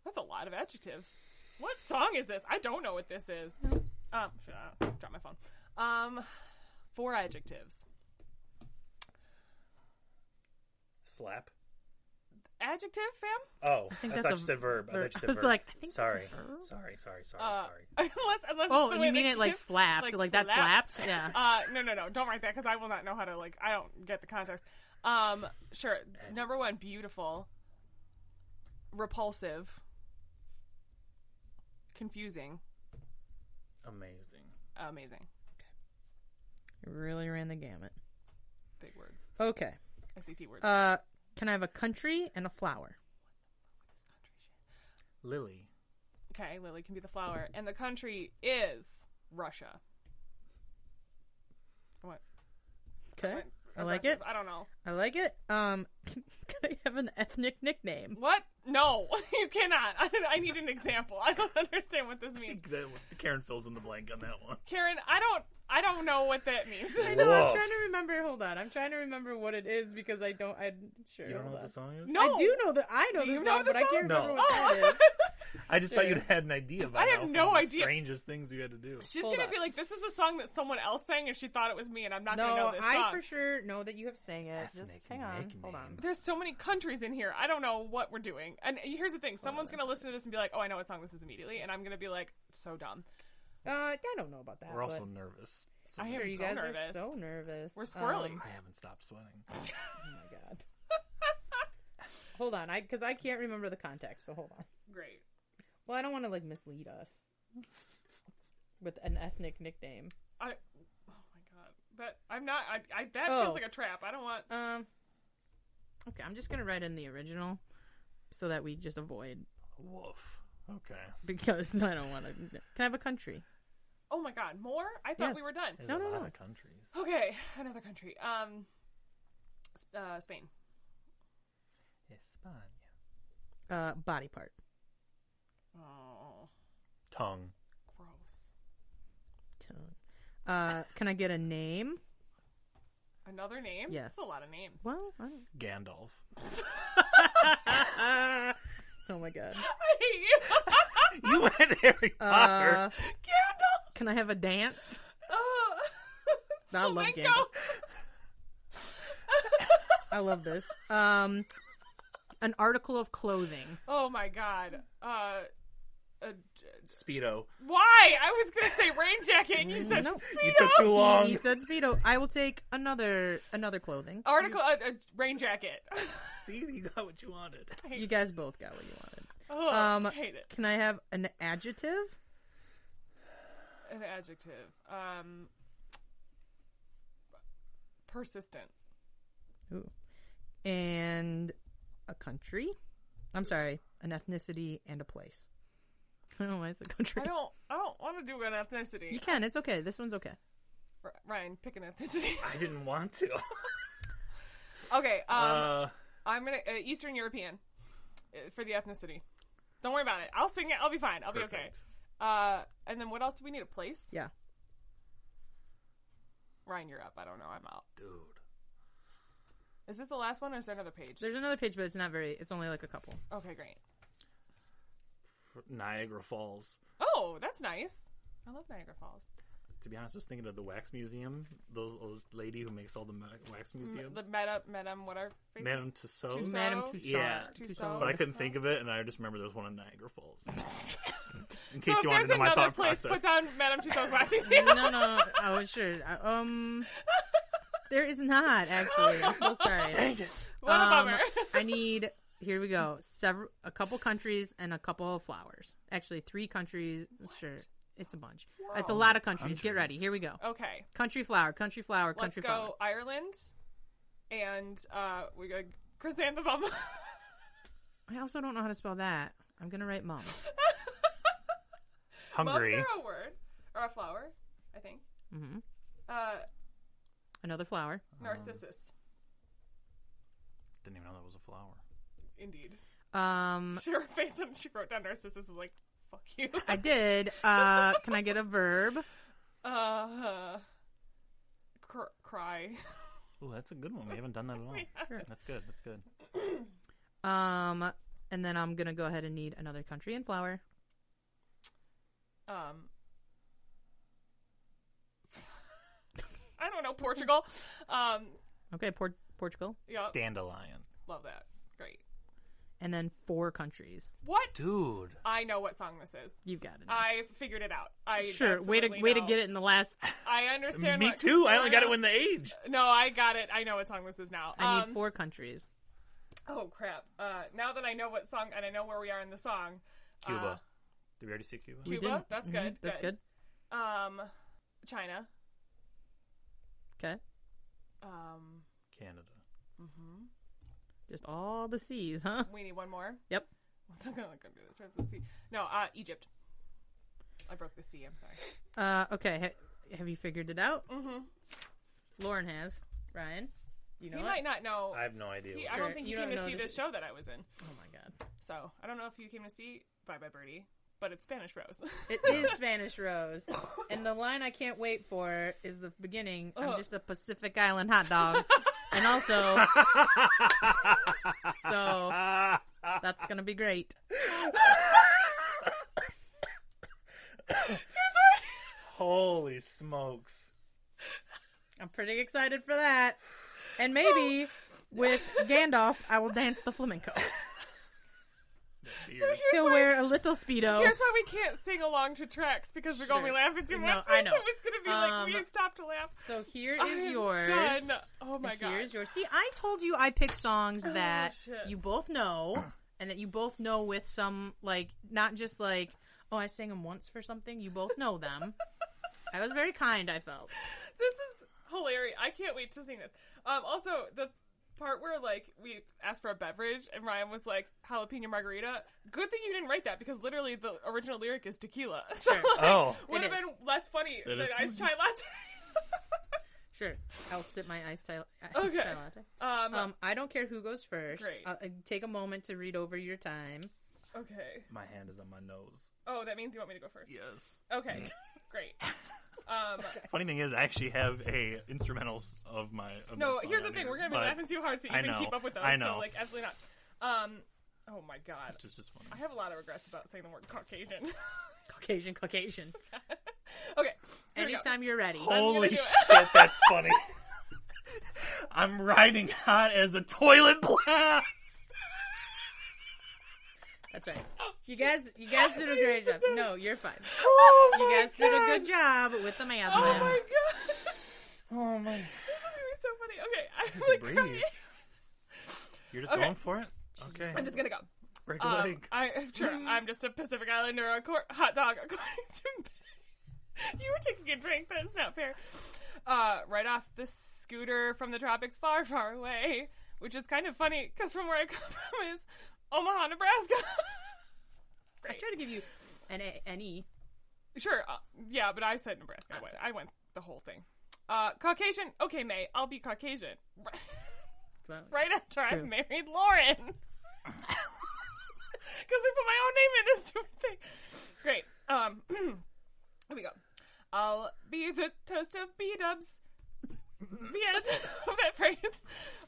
A: That's a lot of adjectives. What song is this? I don't know what this is.
B: Hmm.
A: Um, should I drop my phone? Um, four adjectives.
C: Slap.
A: Adjective, fam?
C: Oh, I,
B: think
C: thought
B: that's
C: you
B: a
C: said verb. I
B: verb.
C: thought you
B: I
C: said
B: was
C: verb.
B: like, I think that's a
C: sorry.
B: verb.
C: sorry, sorry, sorry,
A: Uh,
C: sorry.
A: [LAUGHS] unless, unless.
B: Oh,
A: the way
B: you mean
A: they
B: it like
A: give-
B: slapped, like, that slapped? Yeah.
A: [LAUGHS] Uh, no, no, no. Don't write that because I will not know how to like. I don't get the context. Um, sure. Number one, beautiful. Repulsive. Confusing.
C: Amazing.
A: Amazing.
B: Really ran the gamut.
A: Big words.
B: Okay.
A: SAT words.
B: Uh, can I have a country and a flower?
A: This country shit.
C: Lily.
A: Okay, Lily can be the flower. And the country is Russia. What?
B: Okay.
A: What?
B: I like
A: Aggressive.
B: it.
A: I don't know.
B: I like it. Um, [LAUGHS] can I have an ethnic nickname?
A: What? No, [LAUGHS] you cannot. I, I need an example. I don't understand what this
C: I
A: means.
C: think that Karen fills in the blank on that one.
A: Karen, I don't. I don't know what that means.
B: I know. I'm
C: Woof.
B: trying to remember. Hold on. I'm trying to remember what it is because I don't. I'm sure.
C: You don't know
B: hold
C: what
B: on.
C: the song is?
A: No,
B: I do know the. I know
A: Do
B: the
A: you
B: song,
A: know the
B: but I
A: song?
B: can't remember
A: [LAUGHS]
C: No.
B: what it
A: Oh.
B: is.
C: I just thought
B: Sure.
C: you'd had an idea. By
A: I have
C: now from
A: no
C: the
A: idea.
C: Strangest things you had to do.
A: She's
B: Hold
A: gonna
B: on.
A: be like, "This is a song that someone else sang, and she thought it was me, and I'm not gonna know
B: No,
A: this
B: I
A: song."
B: for sure know that you have sang it. Just
C: Ethnic
B: hang on. Hold
C: nickname.
B: on.
A: There's so many countries in here. I don't know what we're doing. And here's the thing: someone's gonna listen to this and be like, "Oh, I know what song this is immediately," and I'm gonna be like, "So dumb."
B: Uh, I don't know about that.
C: We're also
B: but
C: nervous.
A: I
B: I'm
A: am
B: sure you
A: so
B: guys are
A: nervous.
B: so nervous.
A: We're squirrely.
B: Um,
C: I haven't stopped sweating.
B: oh my god. [LAUGHS] hold on, I because I can't remember the context. So hold on.
A: Great.
B: Well, I don't want to like mislead us with an ethnic nickname.
A: I. Oh my god. But I'm not. I. I that
B: Oh.
A: feels like a trap. I don't want.
B: Um. Okay, I'm just gonna write in the original so that we just avoid [LAUGHS]
C: Woof. Okay.
B: because I don't want to. Can I have a country?
A: Oh my god. More? I thought we
B: Yes.
A: were done.
C: There's
B: No,
C: a
B: no,
C: lot
B: no.
C: of countries.
A: [GASPS] Okay. [LAUGHS] Another country. Um. S- Uh, Spain.
C: España.
B: Uh, body part.
A: Oh,
C: Tongue.
A: gross.
B: Tone. Uh, can I get a name?
A: Another name?
B: Yes.
A: That's a lot of names. [LAUGHS]
B: Well, I don't-
C: Gandalf.
B: [LAUGHS] oh my god.
A: I hate you.
C: You went [LAUGHS] Harry Potter.
B: Uh, [LAUGHS]
A: Gandalf.
B: can I have a dance?
A: Oh. [LAUGHS]
B: I love
A: Flamenco.
B: Gandalf. I love this. Um, an article of clothing.
A: Oh my god. Uh, uh, j-
C: Speedo.
A: why? I was gonna say rain jacket, and you said
B: Nope.
A: speedo.
C: You took too long.
B: He said speedo. I will take another another clothing.
A: Article uh, uh, rain jacket. [LAUGHS]
C: See, you got what you wanted.
B: You guys both got what you wanted.
A: oh,
B: Um,
A: I hate it.
B: Can I have an adjective?
A: An adjective. Um, persistent.
B: Ooh. And a country? I'm sorry, an ethnicity and a place. [LAUGHS] I don't know why it's a country.
A: I don't. I don't want to do an ethnicity.
B: You can. It's okay. This one's okay.
A: R- Ryan, pick an ethnicity. [LAUGHS]
C: I didn't want to.
A: okay. Um,
C: uh,
A: I'm gonna uh, Eastern European uh, for the ethnicity. Don't worry about it. I'll sing it. I'll be fine. I'll be okay.
C: perfect.
A: Uh, and then what else do we need? A place?
B: Yeah.
A: Ryan, you're up. I don't know. I'm out.
C: Dude.
A: Is this the last one or is there another page?
B: There's another page, but it's not very. It's only like a couple.
A: Okay, great.
C: Niagara Falls.
A: Oh, that's nice. I love Niagara Falls.
C: To be honest, I was thinking of the wax museum. Those old lady who makes all the ma- wax museums.
A: Mm, The Meta, Metam, what are faces?
C: Madame Tussauds.
A: Tussauds.
B: Madame
A: So-
B: Tussauds.
C: Yeah.
A: Tussauds.
C: But I couldn't think of it, and I just remember there was one in
B: [LAUGHS]
C: Niagara Falls. in case
A: So if
C: you
A: there's
C: wanted to know my
A: another
C: thought
A: place,
C: process.
A: put down Madame Tussauds
C: [LAUGHS]
A: Wax Museum.
B: no, no. I was sure. I- Um, [LAUGHS] there is not actually. I'm so sorry. [LAUGHS]
C: Dang it.
A: What a
B: Um,
A: bummer. [LAUGHS]
B: I need. Here we go. Several, a couple countries and a couple of flowers. Actually, three countries. Sure, it's a bunch. It's a lot of countries. Get
C: Countries.
B: ready. Here we go.
A: Okay,
B: Country flower. Country flower.
A: let's
B: Country
A: go
B: flower.
A: Ireland, and uh, we go chrysanthemum.
B: I also don't know how to spell that. I'm gonna write mum.
A: Mums [LAUGHS]
C: Hungry.
A: are a word or a flower, I think.
B: hmm
A: Uh,
B: Another flower.
A: narcissus,
C: Didn't even know that was a flower.
A: indeed. [LAUGHS]
B: Um,
A: She her face when she wrote down narcissus is like, fuck you. [LAUGHS]
B: I did. Uh, can I get a verb?
A: Uh, cr- cry.
C: Ooh, that's a good one. We haven't done
A: [LAUGHS]
C: that at all.
B: Sure.
C: That's good. That's good.
B: Um, and then I'm gonna go ahead and need another country and flower.
A: Um, I don't know Portugal. Um,
B: Okay, Port- Portugal,
A: yeah,
C: Dandelion.
A: love that. Great.
B: and then four countries.
A: What?
C: Dude.
A: I know what song this is.
B: You've got it.
A: I figured it out. I
B: Mm. sure. Way to
A: absolutely
B: way to
A: know.
B: get it in the last.
A: I understand.
C: Me
A: what-
C: too. I only got it when the age.
A: No, I got it. I know what song this is now.
B: I
A: Um,
B: need four countries.
A: Oh crap! Uh, now that I know what song and I know where we are in the song,
C: Cuba.
A: Uh,
C: Did we already see Cuba?
A: Cuba?
B: didn't.
A: That's
B: Mhm,
A: good,
B: That's
A: good.
B: good.
A: um, China,
B: Okay.
A: um,
C: Canada.
B: Just all the C's, huh?
A: we need one more. [LAUGHS]
B: Yep.
A: What's I'm gonna look under this? Let's see. No, uh, Egypt. I broke the C. I'm sorry.
B: Uh, okay. Ha- have you figured it out?
A: Mhm.
B: Lauren has. Ryan, you know
A: he
B: it?
A: might not know.
C: I have no idea.
A: he,
C: what
A: I
B: Sure,
A: don't think he
B: you
A: came
B: don't
A: to
B: know
A: see
B: this
A: this
B: is-
A: show that I was in.
B: Oh my god.
A: So I don't know if you came to see Bye Bye Birdie. but it's Spanish Rose. [LAUGHS]
B: It is Spanish Rose. And the line I can't wait for is the beginning. I'm
A: Ugh.
B: just a Pacific Island hot
A: [LAUGHS]
B: dog. and also,
C: [LAUGHS]
A: [LAUGHS]
B: so that's going to be great.
C: Holy smokes.
B: I'm pretty excited for that.
A: [LAUGHS]
B: And maybe with Gandalf, I will dance the flamenco.
A: so
C: Dear.
A: here's
B: He'll
A: why,
B: wear a little Speedo.
A: here's why we can't sing along to tracks because we're going to be
B: Sure.
A: laughing too
B: No,
A: much.
B: I know.
A: So it's going to be like,
B: Um,
A: we stop to laugh.
B: So here
A: I
B: is
A: am
B: yours.
A: Done. Oh my god. Oh,
B: Here's yours. See, I told you I pick songs that
A: shit.
B: you both know [CLEARS THROAT] and that you both know with some, like, not just like, oh, I sang them once for something. You both know them. I was very kind, I felt.
A: This is hilarious. I can't wait to sing this. Um, also, the part where like we asked for a beverage and Ryan was like jalapeno margarita. Good thing you didn't write that because literally the original lyric is tequila. [LAUGHS] So
B: Sure.
A: like,
C: Oh,
A: would have
B: It is.
A: been less funny
C: That
A: than
C: is
A: iced chai latte. [LAUGHS]
B: Sure. I'll sip my iced chai, iced
A: Okay.
B: chai latte.
A: Um,
B: Um, I don't care who goes first.
A: Great.
B: Uh, uh, take a moment to read over your time.
A: okay.
C: my hand is on my nose.
A: Oh, that means you want me to go first.
C: Yes. [LAUGHS]
A: Okay. Great. Um,
C: Funny thing is, I actually have a instrumentals of my. Of
A: no,
C: that song
A: here's the
C: on
A: thing.
C: here,
A: We're gonna be
C: but
A: laughing too hard to
C: I
A: even
C: know.
A: keep up with those.
C: I
A: So
C: know.
A: like, absolutely not. Um, oh my god.
C: [LAUGHS] It's just funny.
A: I have a lot of regrets about saying the word Caucasian. [LAUGHS]
B: Caucasian, Caucasian.
A: okay. here we go.
B: Anytime you're ready.
C: Holy
A: do it.
C: shit, that's funny. [LAUGHS] I'm riding hot as a toilet
A: [LAUGHS]
C: blast.
B: That's right.
A: Oh,
B: You guys, you guys did a great job. No, you're fine.
C: Oh
B: You
C: my
B: guys did a
C: God.
B: good job with the math.
A: Oh my
B: labs.
A: god. [LAUGHS]
C: Oh my.
A: This is gonna be so funny. Okay, I'm
C: To
A: like
C: breathe.
A: crying.
C: You're just
A: Okay.
C: going for it. Okay.
A: I'm just gonna go.
C: Break a
A: Um,
C: leg.
A: I sure. I'm just a Pacific Islander, a cor- hot dog, [LAUGHS] according to. you were taking a drink. That's not fair. Uh, right off the scooter from the tropics, far, far away, which is kind of funny because from where I come [LAUGHS] from is Omaha, Nebraska. [LAUGHS]
B: I tried to give you an A, an E.
A: Sure, uh, yeah, but I said Nebraska. I went, I went the whole thing. Uh, Caucasian. Okay, May, I'll be Caucasian. [LAUGHS]
B: Well,
A: right [LAUGHS] after I
B: True.
A: married Lauren. [LAUGHS] Because we put my own name in this [LAUGHS] stupid thing. Great. Um, [CLEARS THROAT] here we go. I'll be the toast of B dubs. The end [LAUGHS] of that phrase.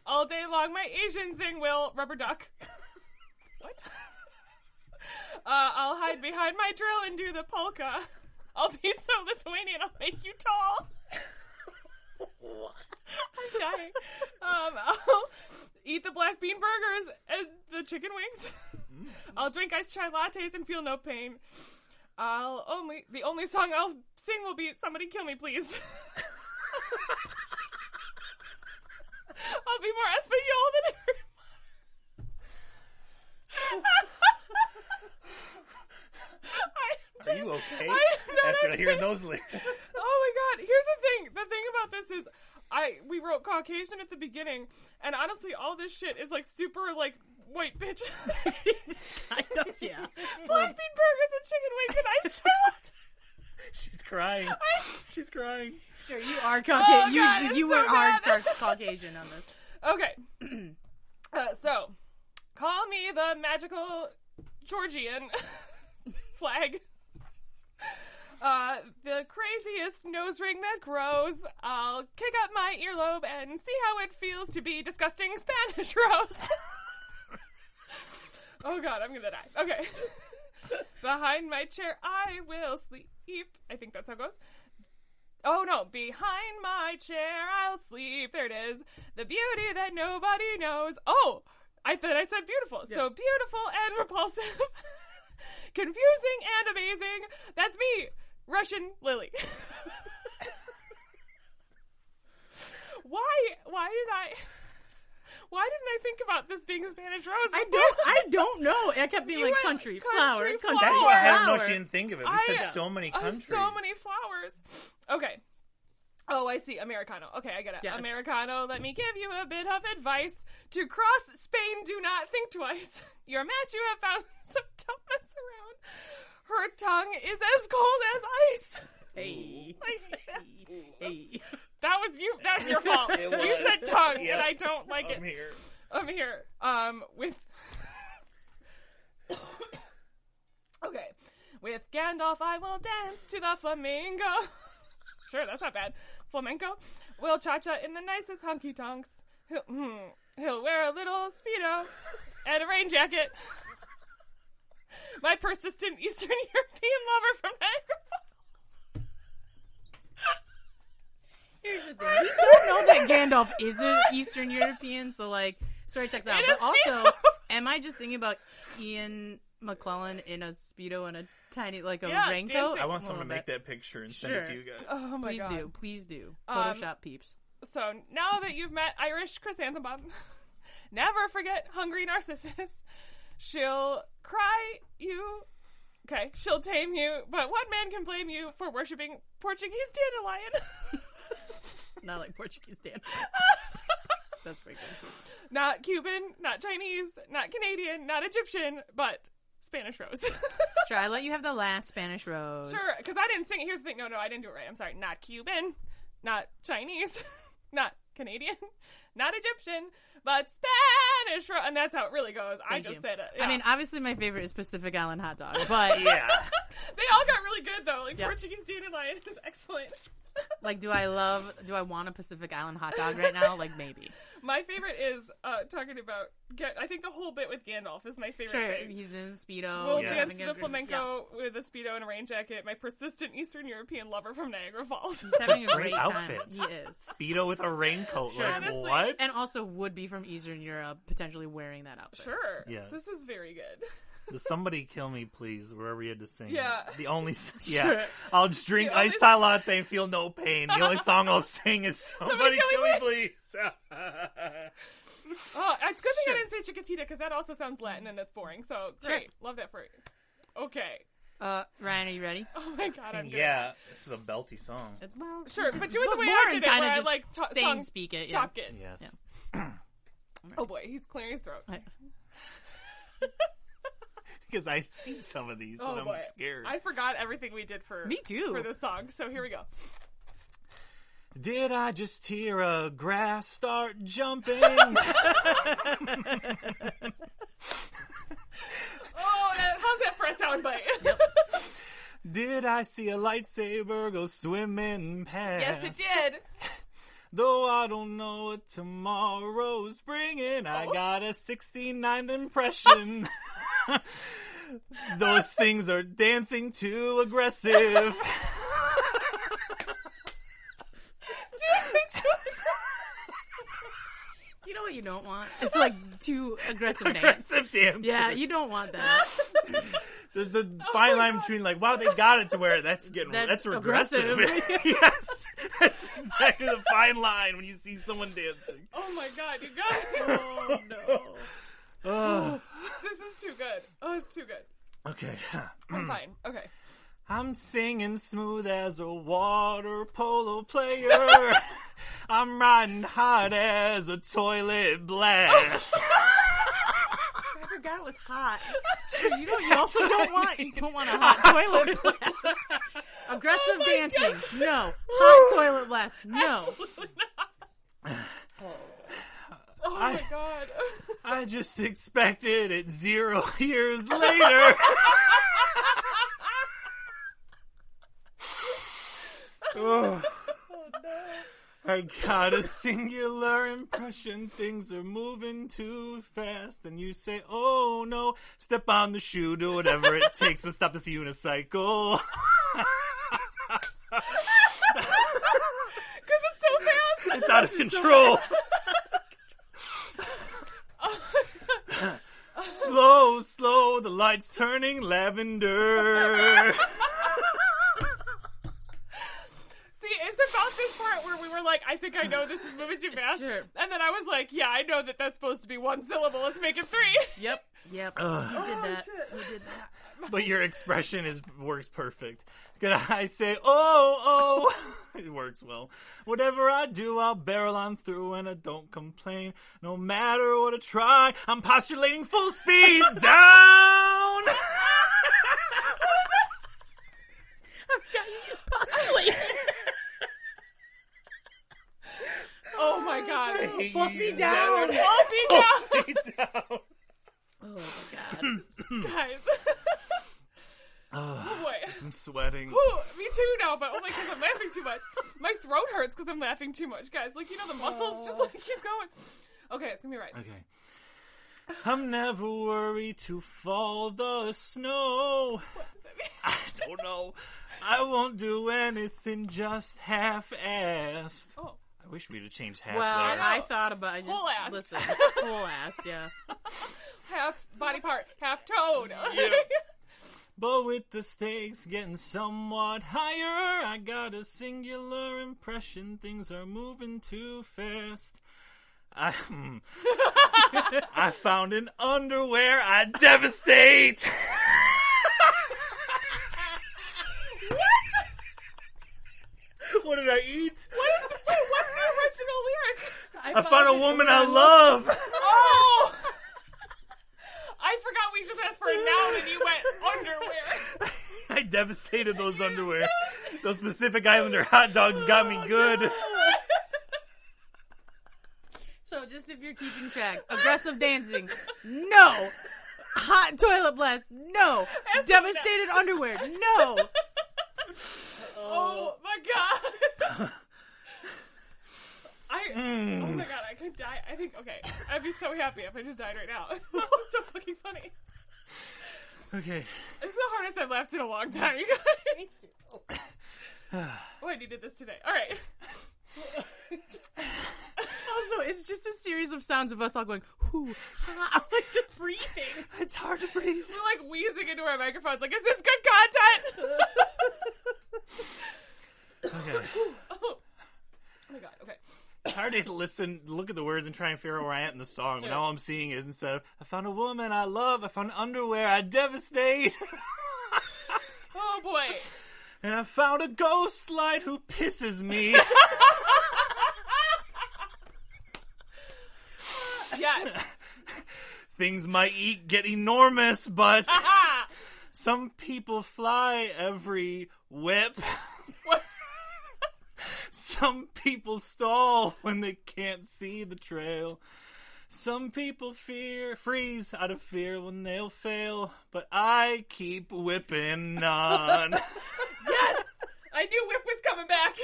A: All day long, my Asian zing will rubber duck. [LAUGHS] what? [LAUGHS] Uh, I'll hide behind my drill and do the polka. I'll be so Lithuanian, I'll make you tall. [LAUGHS] I'm dying. Um, I'll eat the black bean burgers and the chicken wings.
C: Mm.
A: I'll drink iced chai lattes and feel no pain. I'll only the only song I'll sing will be "Somebody Kill Me, Please." [LAUGHS] I'll be more Espanol than everyone. I- [LAUGHS]
C: Are you
A: I
C: okay?
A: am not
C: After
A: okay.
C: hearing those lyrics, [LAUGHS]
A: Oh my god, here's the thing. The thing about this is I we wrote Caucasian at the beginning, and honestly all this shit is like super like white bitch.
B: I don't, yeah.
A: Black bean burgers and chicken wings and ice [LAUGHS] chocolate.
C: she's crying. She's crying.
B: Sure, you are
A: Oh,
B: Caucasian.
A: God,
B: you
A: it's
B: you
A: so
B: were hard
A: bad.
B: Cau- Caucasian on this.
A: Okay. [CLEARS THROAT] Uh, so, call me the magical Georgian [LAUGHS] flag. Uh, the craziest nose ring that grows. I'll kick up my earlobe and see how it feels to be disgusting Spanish [LAUGHS] rose. oh god, I'm gonna die. Okay. [LAUGHS] Behind my chair, I will sleep. I think that's how it goes. Oh no, behind my chair I'll sleep. There it is. The beauty that nobody knows. Oh, I thought I said beautiful. So beautiful and repulsive. [LAUGHS] Confusing and amazing. That's me, Russian Lily. [LAUGHS] why why did I [LAUGHS] why didn't I think about this being Spanish Rose? [LAUGHS]
B: I
A: before?
B: don't. I don't know. It kept being
A: You
B: like
A: went
B: country,
A: country,
B: flower, country,
A: flower.
C: That's
A: Oh,
C: why I don't
B: flower.
C: know she didn't think of it. We
A: I-
C: said so many
A: I have
C: countries.
A: so many flowers. Okay. Oh, I see. Americano. Okay, I get it.
B: Yes.
A: Americano, let me give you a bit of advice. To cross Spain, do not think twice. [LAUGHS] Your match you have found, [LAUGHS] so don't mess around. Her tongue is as cold as ice. [LAUGHS]
B: Hey,
A: I hate that.
B: hey.
A: That was you. That's your fault.
C: It
A: You
C: was.
A: said tongue,
C: Yeah.
A: and I don't like it.
C: I'm here.
A: I'm here. Um, with. okay, With Gandalf, I will dance to the flamingo. sure, that's not bad. Flamenco. Will cha cha in the nicest honky tonks. He'll, hmm, he'll wear a little Speedo and a rain jacket. My persistent Eastern [LAUGHS] European lover from Niagara Falls.
B: Here's the thing. We don't know that Gandalf isn't Eastern European, so like story checks out.
A: It
B: But
A: is
B: also,
A: Speedo.
B: am I just thinking about Ian McClellan in a speedo and a tiny like a
A: Yeah,
B: raincoat?
A: dancing.
C: I want
B: A
C: someone to
B: little
C: make
B: bit.
C: that picture and send it to
B: Sure.
C: you guys.
A: Oh my
B: Please
A: god.
B: do, please do.
A: Um,
B: Photoshop peeps.
A: So now that you've met Irish chrysanthemum, [LAUGHS] never forget hungry narcissus. She'll cry you. Okay, she'll tame you, but one man can blame you for worshiping Portuguese dandelion. [LAUGHS]
B: Not like Portuguese Dan. That's pretty
A: [LAUGHS]
B: good.
A: not Cuban, not Chinese, not Canadian, not Egyptian, but Spanish rose. [LAUGHS]
B: Sure, I let you have the last Spanish rose.
A: Sure, because I didn't sing it. Here's the thing. No, no, I didn't do it right. I'm sorry. Not Cuban, not Chinese, [LAUGHS] not Canadian, [LAUGHS] not Egyptian, but Spanish. Ro- and that's how it really goes.
B: Thank
A: I just
B: you.
A: said it.
B: I
A: Yeah.
B: mean, obviously my favorite is Pacific Island hot dog,
A: [LAUGHS]
B: but
C: [LAUGHS] Yeah.
A: they all got really good though. Like
B: Yeah.
A: Portuguese dandelion is [LAUGHS] excellent.
B: like, do I love? Do I want a Pacific Island hot dog right now? Like, maybe.
A: My favorite is uh, talking about. Get, I think the whole bit with Gandalf is my favorite.
B: Sure,
A: thing.
B: he's in speedo.
A: We'll
B: he's
C: Oh, Yeah.
A: dance
B: having
A: to
B: a
A: the
B: gr- yeah.
A: flamenco with a speedo and a rain jacket. My persistent Eastern European lover from Niagara [LAUGHS] Falls.
B: He's having a
C: great
B: great time.
C: outfit.
B: He is.
C: Speedo with a raincoat.
B: Sure.
C: Like,
A: Honestly.
C: what?
B: and also would be from Eastern Europe, potentially wearing that outfit.
A: Sure.
C: Yeah.
A: This is very good.
C: Does Somebody kill me, please, wherever you had to sing.
A: Yeah.
C: The only
A: [LAUGHS]
C: yeah.
B: Sure.
C: I'll just drink
A: The only-
C: iced hot latte and feel no pain. The only song
A: [LAUGHS]
C: I'll sing is Somebody,
A: Kill Me,
C: Kill Me, [LAUGHS]
A: Oh, it's a good thing
B: Sure.
A: I didn't say Chiquitita because that also sounds Latin and that's boring. So
B: Sure.
A: great, love that for you. Okay.
B: Uh, Ryan, are you ready?
A: Oh my god, I'm
C: Please.
A: good.
C: yeah. This is a belty song.
B: It's well,
A: Sure, but do it the way
B: more
A: I did it,
B: kind
A: where
B: of
A: I
B: just
A: like ta-
B: sing,
A: song-
B: speak it. Yeah.
A: Talk it.
C: Yes.
B: Yeah.
A: Oh boy, he's clearing his throat.
B: I-
C: Because I've seen some of these
A: Oh
C: and I'm
A: boy,
C: scared.
A: I forgot everything we did for
B: Me too.
A: for this song. So here we go.
C: Did I just hear a grass start
A: [LAUGHS]
C: jumping?
A: Oh, that, how's that for a sound
B: [LAUGHS]
A: bite? [LAUGHS]
C: Did I see a lightsaber go swimming past?
A: yes, it did.
C: Though I don't know what tomorrow's bringing, I
A: Oh.
C: got a
B: [LAUGHS]
C: 69th impression. Those things are dancing too
B: [LAUGHS]
C: aggressive.
B: You know what you don't want? It's like
A: [LAUGHS]
B: too aggressive, dance.
C: aggressive dancing.
B: Yeah, you don't want that.
C: There's the fine line between like, wow, they got it to where that's getting
B: That's
C: that's, regressive. [LAUGHS]
B: aggressive. [LAUGHS]
C: yes, that's exactly the fine line when you see someone
B: [SIGHS]
C: dancing.
A: [LAUGHS]
C: [SIGHS]
A: Oh my god, you guys,
B: oh no.
C: Ugh.
A: [LAUGHS] this is too good. Oh, it's too good.
C: okay.
B: Mm.
A: I'm fine. Okay.
C: I'm singing smooth as a water
A: [LAUGHS]
C: polo player. I'm riding hot as a toilet blast.
A: Oh,
B: I forgot it was hot. Sure, you [LAUGHS] don't. You also don't want. You don't want a hot toilet blast. Oh Aggressive dancing, no. Hot toilet blast, no.
A: Oh
C: I-
A: my god. [LAUGHS]
C: I just expected it zero [LAUGHS] years
A: [LAUGHS]
C: later. Ugh. Oh, I got a singular impression things are moving too fast, and you say, "Oh no!" Step on the shoe, do whatever it takes, but stop this unicycle. [LAUGHS]
A: Because it's so fast.
C: It's out of control. slow, slow, the lights turning lavender.
A: See, it's about this part where we were like, I think I know this is moving too fast.
B: Sure.
A: And then I was like, yeah, I know that that's supposed to be one syllable. Let's make it
B: [LAUGHS]
A: three.
B: Yep, yep.
C: Ugh.
B: You did that.
A: shit.
B: You did that.
C: But your expression is works perfect. Could I say, oh, oh? [LAUGHS] It works well. Whatever I do, I'll barrel on through and I don't complain. No matter what I try, I'm postulating full speed down.
B: It's postulating.
A: Oh my god. Full [LAUGHS] speed
B: Full speed
A: [LAUGHS]
B: down.
A: down,
C: Oh. down.
B: Oh my
A: [LAUGHS]
B: god.
A: guys.
C: Ugh. sweating.
A: Ooh, me too now, but only because I'm laughing too much. My throat hurts because I'm laughing too much, guys. Like you know, the muscles just like keep going. Okay, it's gonna be right.
C: Okay. I'm never worried to fall the [LAUGHS] snow.
A: What does that mean?
C: I don't know. I won't do anything just half-assed.
A: [LAUGHS] Oh,
C: I wish we'd have changed half
B: Well,
C: there.
B: I thought about I just
A: Whole ass.
B: [LAUGHS] listen, whole ass, yeah.
A: half body part, half toad.
C: But with the stakes getting somewhat higher, I got a singular impression things are moving too fast. I, hmm. I found an underwear I devastate.
A: what?
C: what did I eat?
A: [LAUGHS] What is, wait, what's the original lyric?
C: I found a
B: it
C: woman
B: when
C: I love.
A: Oh! [LAUGHS] I forgot we just asked for a noun and you went underwear.
C: I devastated those underwear. Those Pacific Islander hot dogs got me good.
B: So just if you're keeping track, aggressive dancing, no. Hot toilet blast, no.
A: That's
B: Devastated underwear, no.
A: [LAUGHS] Oh my god. I. Oh
C: Hmm.
A: my god, I could die. I think, okay. I'd be so happy if I just died right now. [LAUGHS] It's just so fucking funny.
C: Okay.
A: This is the hardest I've laughed in a long time, you guys. Oh, I needed this today. All right.
B: [LAUGHS] Also, it's just a series of sounds of us all going, whoo, ha, [LAUGHS] like just breathing.
C: It's hard to breathe.
A: We're like wheezing into our microphones, like, is this good content? [LAUGHS]
C: Okay.
A: Oh. oh my god, okay.
C: It's hard to listen, look at the words, and try and figure out where I am in the song. When
A: Sure.
C: all I'm seeing is instead of "I found a woman I love," "I found underwear I devastate," [LAUGHS]
A: Oh boy.
C: and "I found a ghost light who pisses me."
A: Yes.
C: Things might eat get enormous, but
A: Ah.
C: some people fly every whip.
A: What?
C: Some people stall when they can't see the trail. Some people fear freeze out of fear when they'll fail, but I keep whipping on.
A: Yes. I knew Whip was coming back.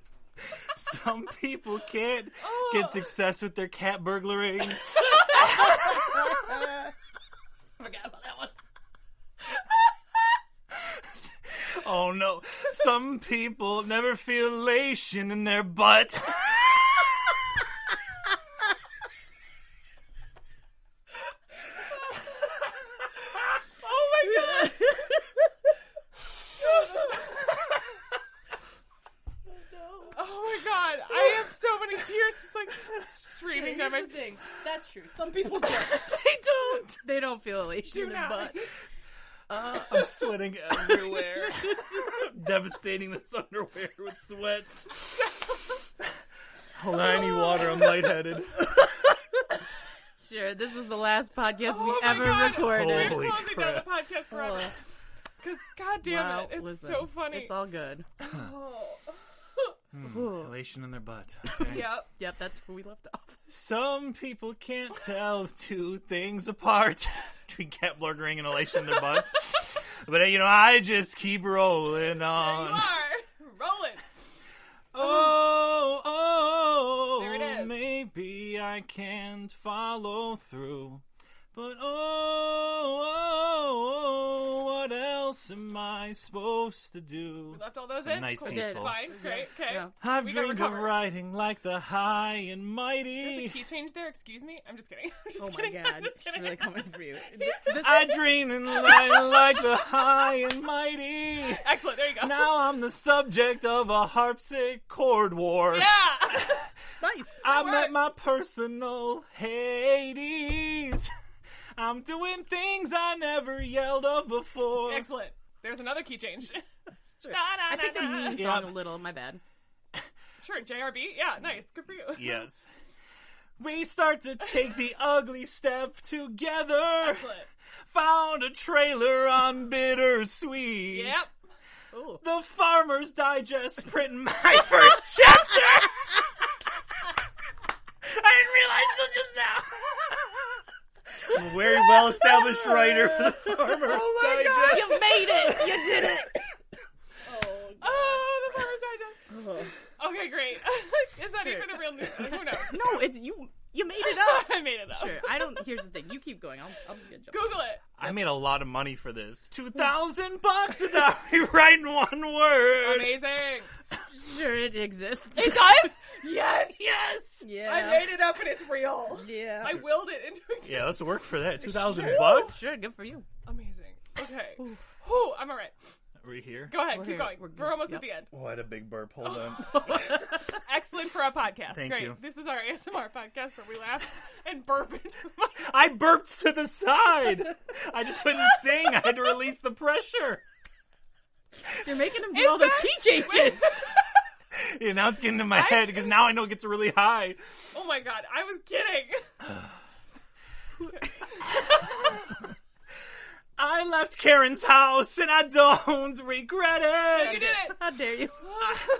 A: [LAUGHS]
C: Some people can't
A: Oh.
C: get success with their cat burglary.
A: I forgot about that one. [LAUGHS]
C: Oh no. Some people never feel elation in their butt.
A: Oh my god.
B: [LAUGHS]
A: Oh my god. I have so many tears just like streaming down my
B: thing. That's true. Some
A: [LAUGHS]
B: people don't.
C: they don't.
B: They don't feel elation
A: Do
B: in their
A: not.
B: butt.
C: I'm [LAUGHS] sweating everywhere. Devastating this underwear with [LAUGHS] sweat. Hold on, I need water. I'm lightheaded. [LAUGHS]
B: Sure, this was the last podcast
A: Oh
B: we
A: my
B: ever
A: God.
B: recorded.
C: Holy
A: We're closing down the
C: crap.
A: podcast forever.
B: Oh,
A: Because god damn
B: wow,
A: it. It's
B: listen,
A: so funny. Oh.
B: It's all good. Ooh.
C: Elation in their butt. Okay.
A: Yep.
B: Yep, that's where we left off.
C: Some people can't tell two things apart [LAUGHS] between cat burglary and elation in their [LAUGHS] butt. But uh, you know, I just keep rolling
A: You
C: on.
A: are rolling.
C: Oh, oh,
A: There it is.
C: maybe I can't follow through. But oh, oh, oh, what else am I supposed to do?
A: Left all those
C: Some
A: in.
C: nice
A: cool.
C: peaceful.
A: Fine. Great. Okay.
B: Yeah.
C: I've
A: We gotta
C: dreamed of
A: recover.
C: riding like the high and
A: There's a
C: mighty.
A: key change there. Excuse me. I'm just kidding. [LAUGHS] I'm just
B: Oh my
A: kidding.
B: god,
A: I'm just
B: it's
A: kidding.
B: really coming for you. Th- This,
C: I dreamed and riding like the high and mighty.
A: [LAUGHS] Excellent. There you go.
C: Now I'm the subject of a harpsichord
A: [LAUGHS]
C: war.
A: Yeah.
B: [LAUGHS] nice.
C: I'm
A: works.
C: at my personal Hades. I'm doing things I never yelled of before.
A: Excellent. There's another key change. [LAUGHS]
B: Sure.
A: Na, na,
B: I picked a
A: na, na. [LAUGHS]
B: mean
C: Yeah.
B: song a little. My bad.
A: Sure. JRB. Yeah. Nice. Good for you.
C: Yes. We start to take the ugly step together.
A: [LAUGHS] Excellent.
C: Found a trailer on bittersweet.
A: Yep.
B: Ooh,
C: The Farmer's Digest print my first chapter. I didn't realize till just now.
A: Oh
C: I'm a very well established writer for the Farmer's
B: Oh you
C: Digest.
A: [LAUGHS]
B: made it. You did it. Oh
A: Oh, Okay, great. [LAUGHS] Is that
B: Sure.
A: even a real news? Who knows?
B: [LAUGHS]
A: [LAUGHS]
B: No, it's you. You made it up.
A: I made it up.
B: sure. I don't. Here's the thing. You keep going. I'll. I'll get
A: [LAUGHS]
B: jump.
A: Google it.
C: I made a lot of money for this. Two thousand bucks without [LAUGHS] rewriting one word.
A: Amazing.
B: Sure, it exists.
A: It does? [LAUGHS] yes.
C: Yes.
B: yeah.
A: I made it up and it's real.
B: Yeah.
A: I willed it into existence.
C: Yeah, let's work for that. Two thousand bucks.
B: Sure. Good for [LAUGHS] you.
A: [LAUGHS] Amazing. Okay. Whew, I'm all right.
C: Are we here?
A: Go ahead.
B: We're
A: keep
B: here.
A: going.
B: We're
A: We're,
B: good.
A: almost
B: Yep.
A: at the end.
C: Oh, I had a big burp. Hold on.
A: Excellent for a podcast.
C: Thank
A: Great.
C: you.
A: This is our ASMR podcast where we laugh [LAUGHS] and burp into the mic.
C: [LAUGHS] I burped to the side. I just couldn't [LAUGHS] sing. I had to release the pressure.
B: You're making him do
A: Is
B: all those
A: that-
B: key changes.
C: Yeah, now it's getting in my head because now I know it gets really high.
A: [LAUGHS] Oh my god, I was kidding.
C: I left Karen's house and I don't regret it.
A: You did it.
B: [LAUGHS] How dare you?
C: [LAUGHS]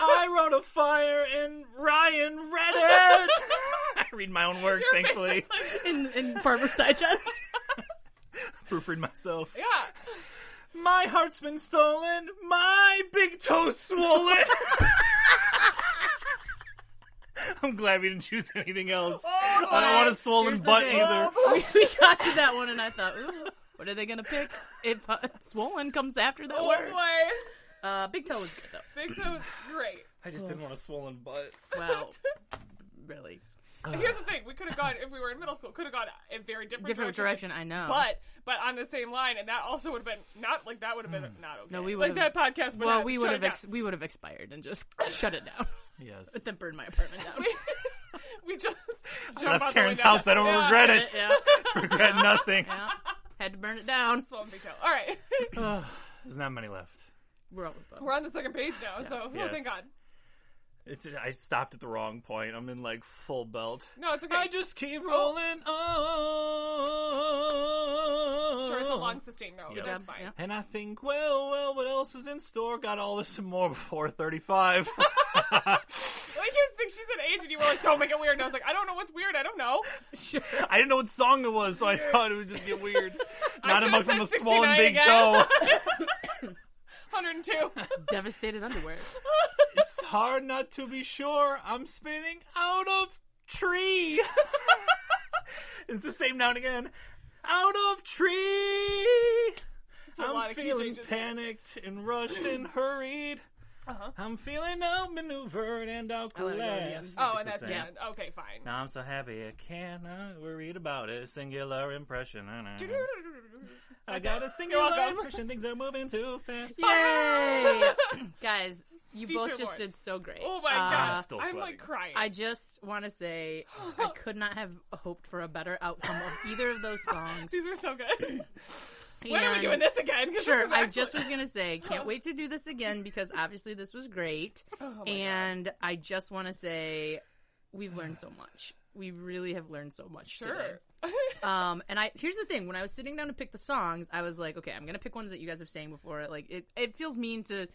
C: I wrote a fire and Ryan read [LAUGHS] it. I read my own work,
A: Your face
C: thankfully.
A: is like-
B: In in Farmer's Digest.
C: Proofread myself.
A: yeah.
C: My heart's been stolen. My big toe's swollen. [LAUGHS] I'm glad we didn't choose anything else.
A: Oh,
C: I don't want a swollen
B: Here's the
C: butt
A: [LAUGHS]
B: thing.
C: either.
B: we, [LAUGHS] we got to that one, and I thought, ooh, what are they gonna pick if uh, swollen comes after that word?
A: Oh
B: Uh, big toe was good
A: boy. Big toe is great.
C: I just didn't want a swollen butt.
B: though. Wow. Really.
A: Here's the thing: we could have gone if we were in middle school. Could have gone in very different
B: Different
A: directions,
B: direction, I know.
A: but but on the same line, and that also would have been not like that would have been
C: Mm.
A: not okay.
B: No, we
A: like that
B: would've-
A: podcast. Would
B: well,
A: have,
B: we
A: shut
B: would
A: it
B: have
A: down.
B: ex- we would have expired and just shut it down.
C: Yes.
B: [LAUGHS] then burn my apartment down.
A: [LAUGHS] we just jump
C: left
A: out the
C: Karen's
A: window.
C: house. I don't
A: Yeah.
C: regret it.
B: [LAUGHS]
A: [LAUGHS]
B: yeah.
C: regret nothing.
B: yeah. Had to burn it down.
A: Swollen big toe. All right,
C: There's not many left.
B: We're almost done.
A: we're on the second page now, so oh,
C: Yes.
A: thank God.
C: It's, I stopped at the wrong point. I'm in like full belt.
A: No, it's okay.
C: I just keep rolling on.
A: sure, it's a long sustained note.
C: Good
A: That's
B: job,
A: fine.
B: yeah.
C: And I think, well, well, what else is in store? Got all this and more before 35.
A: Well, here's the thing: she's an age, and you were like, "Don't make it weird." And I was like, "I don't know what's weird. I don't know."
B: Sure.
C: [LAUGHS] I didn't know what song it was, so I thought it would just get
A: [LAUGHS]
C: weird. Not a
A: should've
C: mug from
A: said
C: a swollen
A: 69
C: big
A: again. [LAUGHS]
C: toe. [LAUGHS]
A: 102.
B: Devastated underwear.
C: It's hard not to be sure. I'm spinning out of tree. [LAUGHS] it's the same now and again. Out of tree.
A: a lot
C: I'm
A: of key
C: feeling
A: changes.
C: panicked and rushed and hurried.
A: Uh-huh.
C: I'm feeling outmaneuvered and
B: let it go at the
C: outclassed.
B: end.
A: Oh,
C: It's
A: and
C: the
A: that's
C: same.
A: yeah. Okay, fine.
C: Now I'm so happy I cannot worried about it. Singular impression. I got a singular
A: welcome.
C: impression. Things are moving too fast.
B: Yay! [LAUGHS] Guys, you
A: Feature
B: both just
A: board.
B: did so great.
A: Oh my
B: Uh,
A: gosh,
C: I'm still
A: I'm
C: sweating.
A: like crying.
B: I just want
A: [GASPS]
B: to say I could not have hoped for a better outcome of either of those
A: [LAUGHS]
B: songs.
A: These were so
C: [LAUGHS]
A: good. when are we
B: And-
A: doing this again? 'Cause
B: Sure,
A: this is
B: I
A: excellent.
B: just was
A: [GASPS]
B: gonna say, can't wait to do this again because obviously this was great,
A: Oh my God.
B: and I just want to say we've learned so much. We really have learned so much today.
A: [LAUGHS] sure.
B: Um, and I here's the thing: when I was sitting down to pick the songs, I was like, okay, I'm gonna pick ones that you guys have sang before. Like, it it feels mean to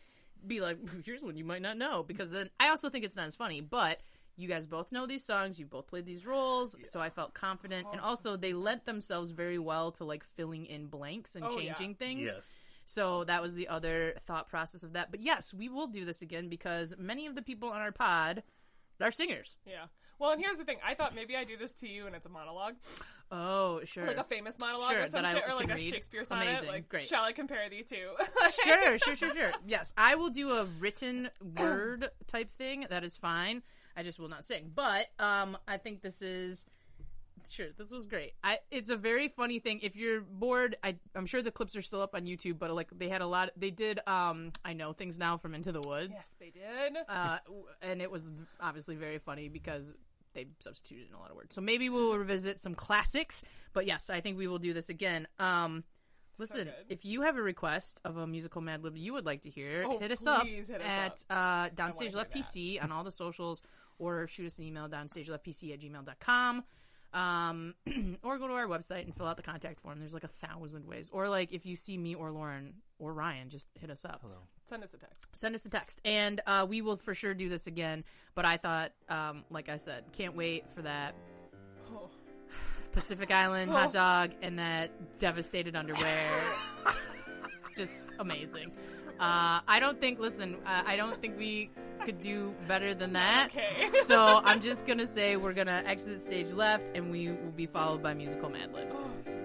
B: be like, [LAUGHS] here's one you might not know because then I also think it's not as funny, but. You guys both know these songs. You both played these roles, so I felt confident. And also, they lent themselves very well to like filling in blanks and
A: Oh, yeah.
B: changing things.
C: [LAUGHS] Yes.
B: So that was the other thought process of that. But yes, we will do this again because many of the people on our pod are singers.
A: Yeah. Well, and here's the thing. I thought maybe I do this to you, and it's a monologue,
B: Oh, sure.
A: like a famous monologue
B: Sure,
A: or some
B: that I
A: shit, or
B: can
A: like a
B: read.
A: Shakespeare sonnet.
B: Amazing.
A: Like,
B: Great.
A: shall I compare thee [LAUGHS] to?
B: sure, sure, sure, sure. Yes, I will do a written word type thing. That is fine. I just will not sing. But um, I think this is sure. This was great. I it's a very funny thing. If you're bored, I I'm sure the clips are still up on YouTube. But like they had a lot. They did. Um, I know things now from Into the Woods.
A: yes, they did.
B: Uh, w- and it was v- obviously very funny because they substituted in a lot of words. So maybe we'll revisit some classics. But yes, I think we will do this again. Um, listen,
A: good.
B: if you have a request of a musical Mad Lib you would like to hear,
A: Oh,
B: hit us up
A: please hit us
B: at Uh,
A: hear
B: Downstage Left
A: that.
B: PC on all the socials or shoot us an email, downstageleftpc at gmail.com. Um, [CLEARS THROAT] or go to our website and fill out the contact form. There's like a thousand ways. Or like if you see me or Lauren or Ryan, just hit us up
A: Send us a text.
B: send us a text and uh, we will for sure do this again but i thought um, like i said can't wait for that
A: Oh.
B: pacific island hot dog and that devastated underwear just amazing. Uh, I don't think. Listen, uh, I don't think we could do better than that.
A: Okay.
B: So I'm just gonna say we're gonna exit stage left, and we will be followed by musical Mad Libs.
A: Oh,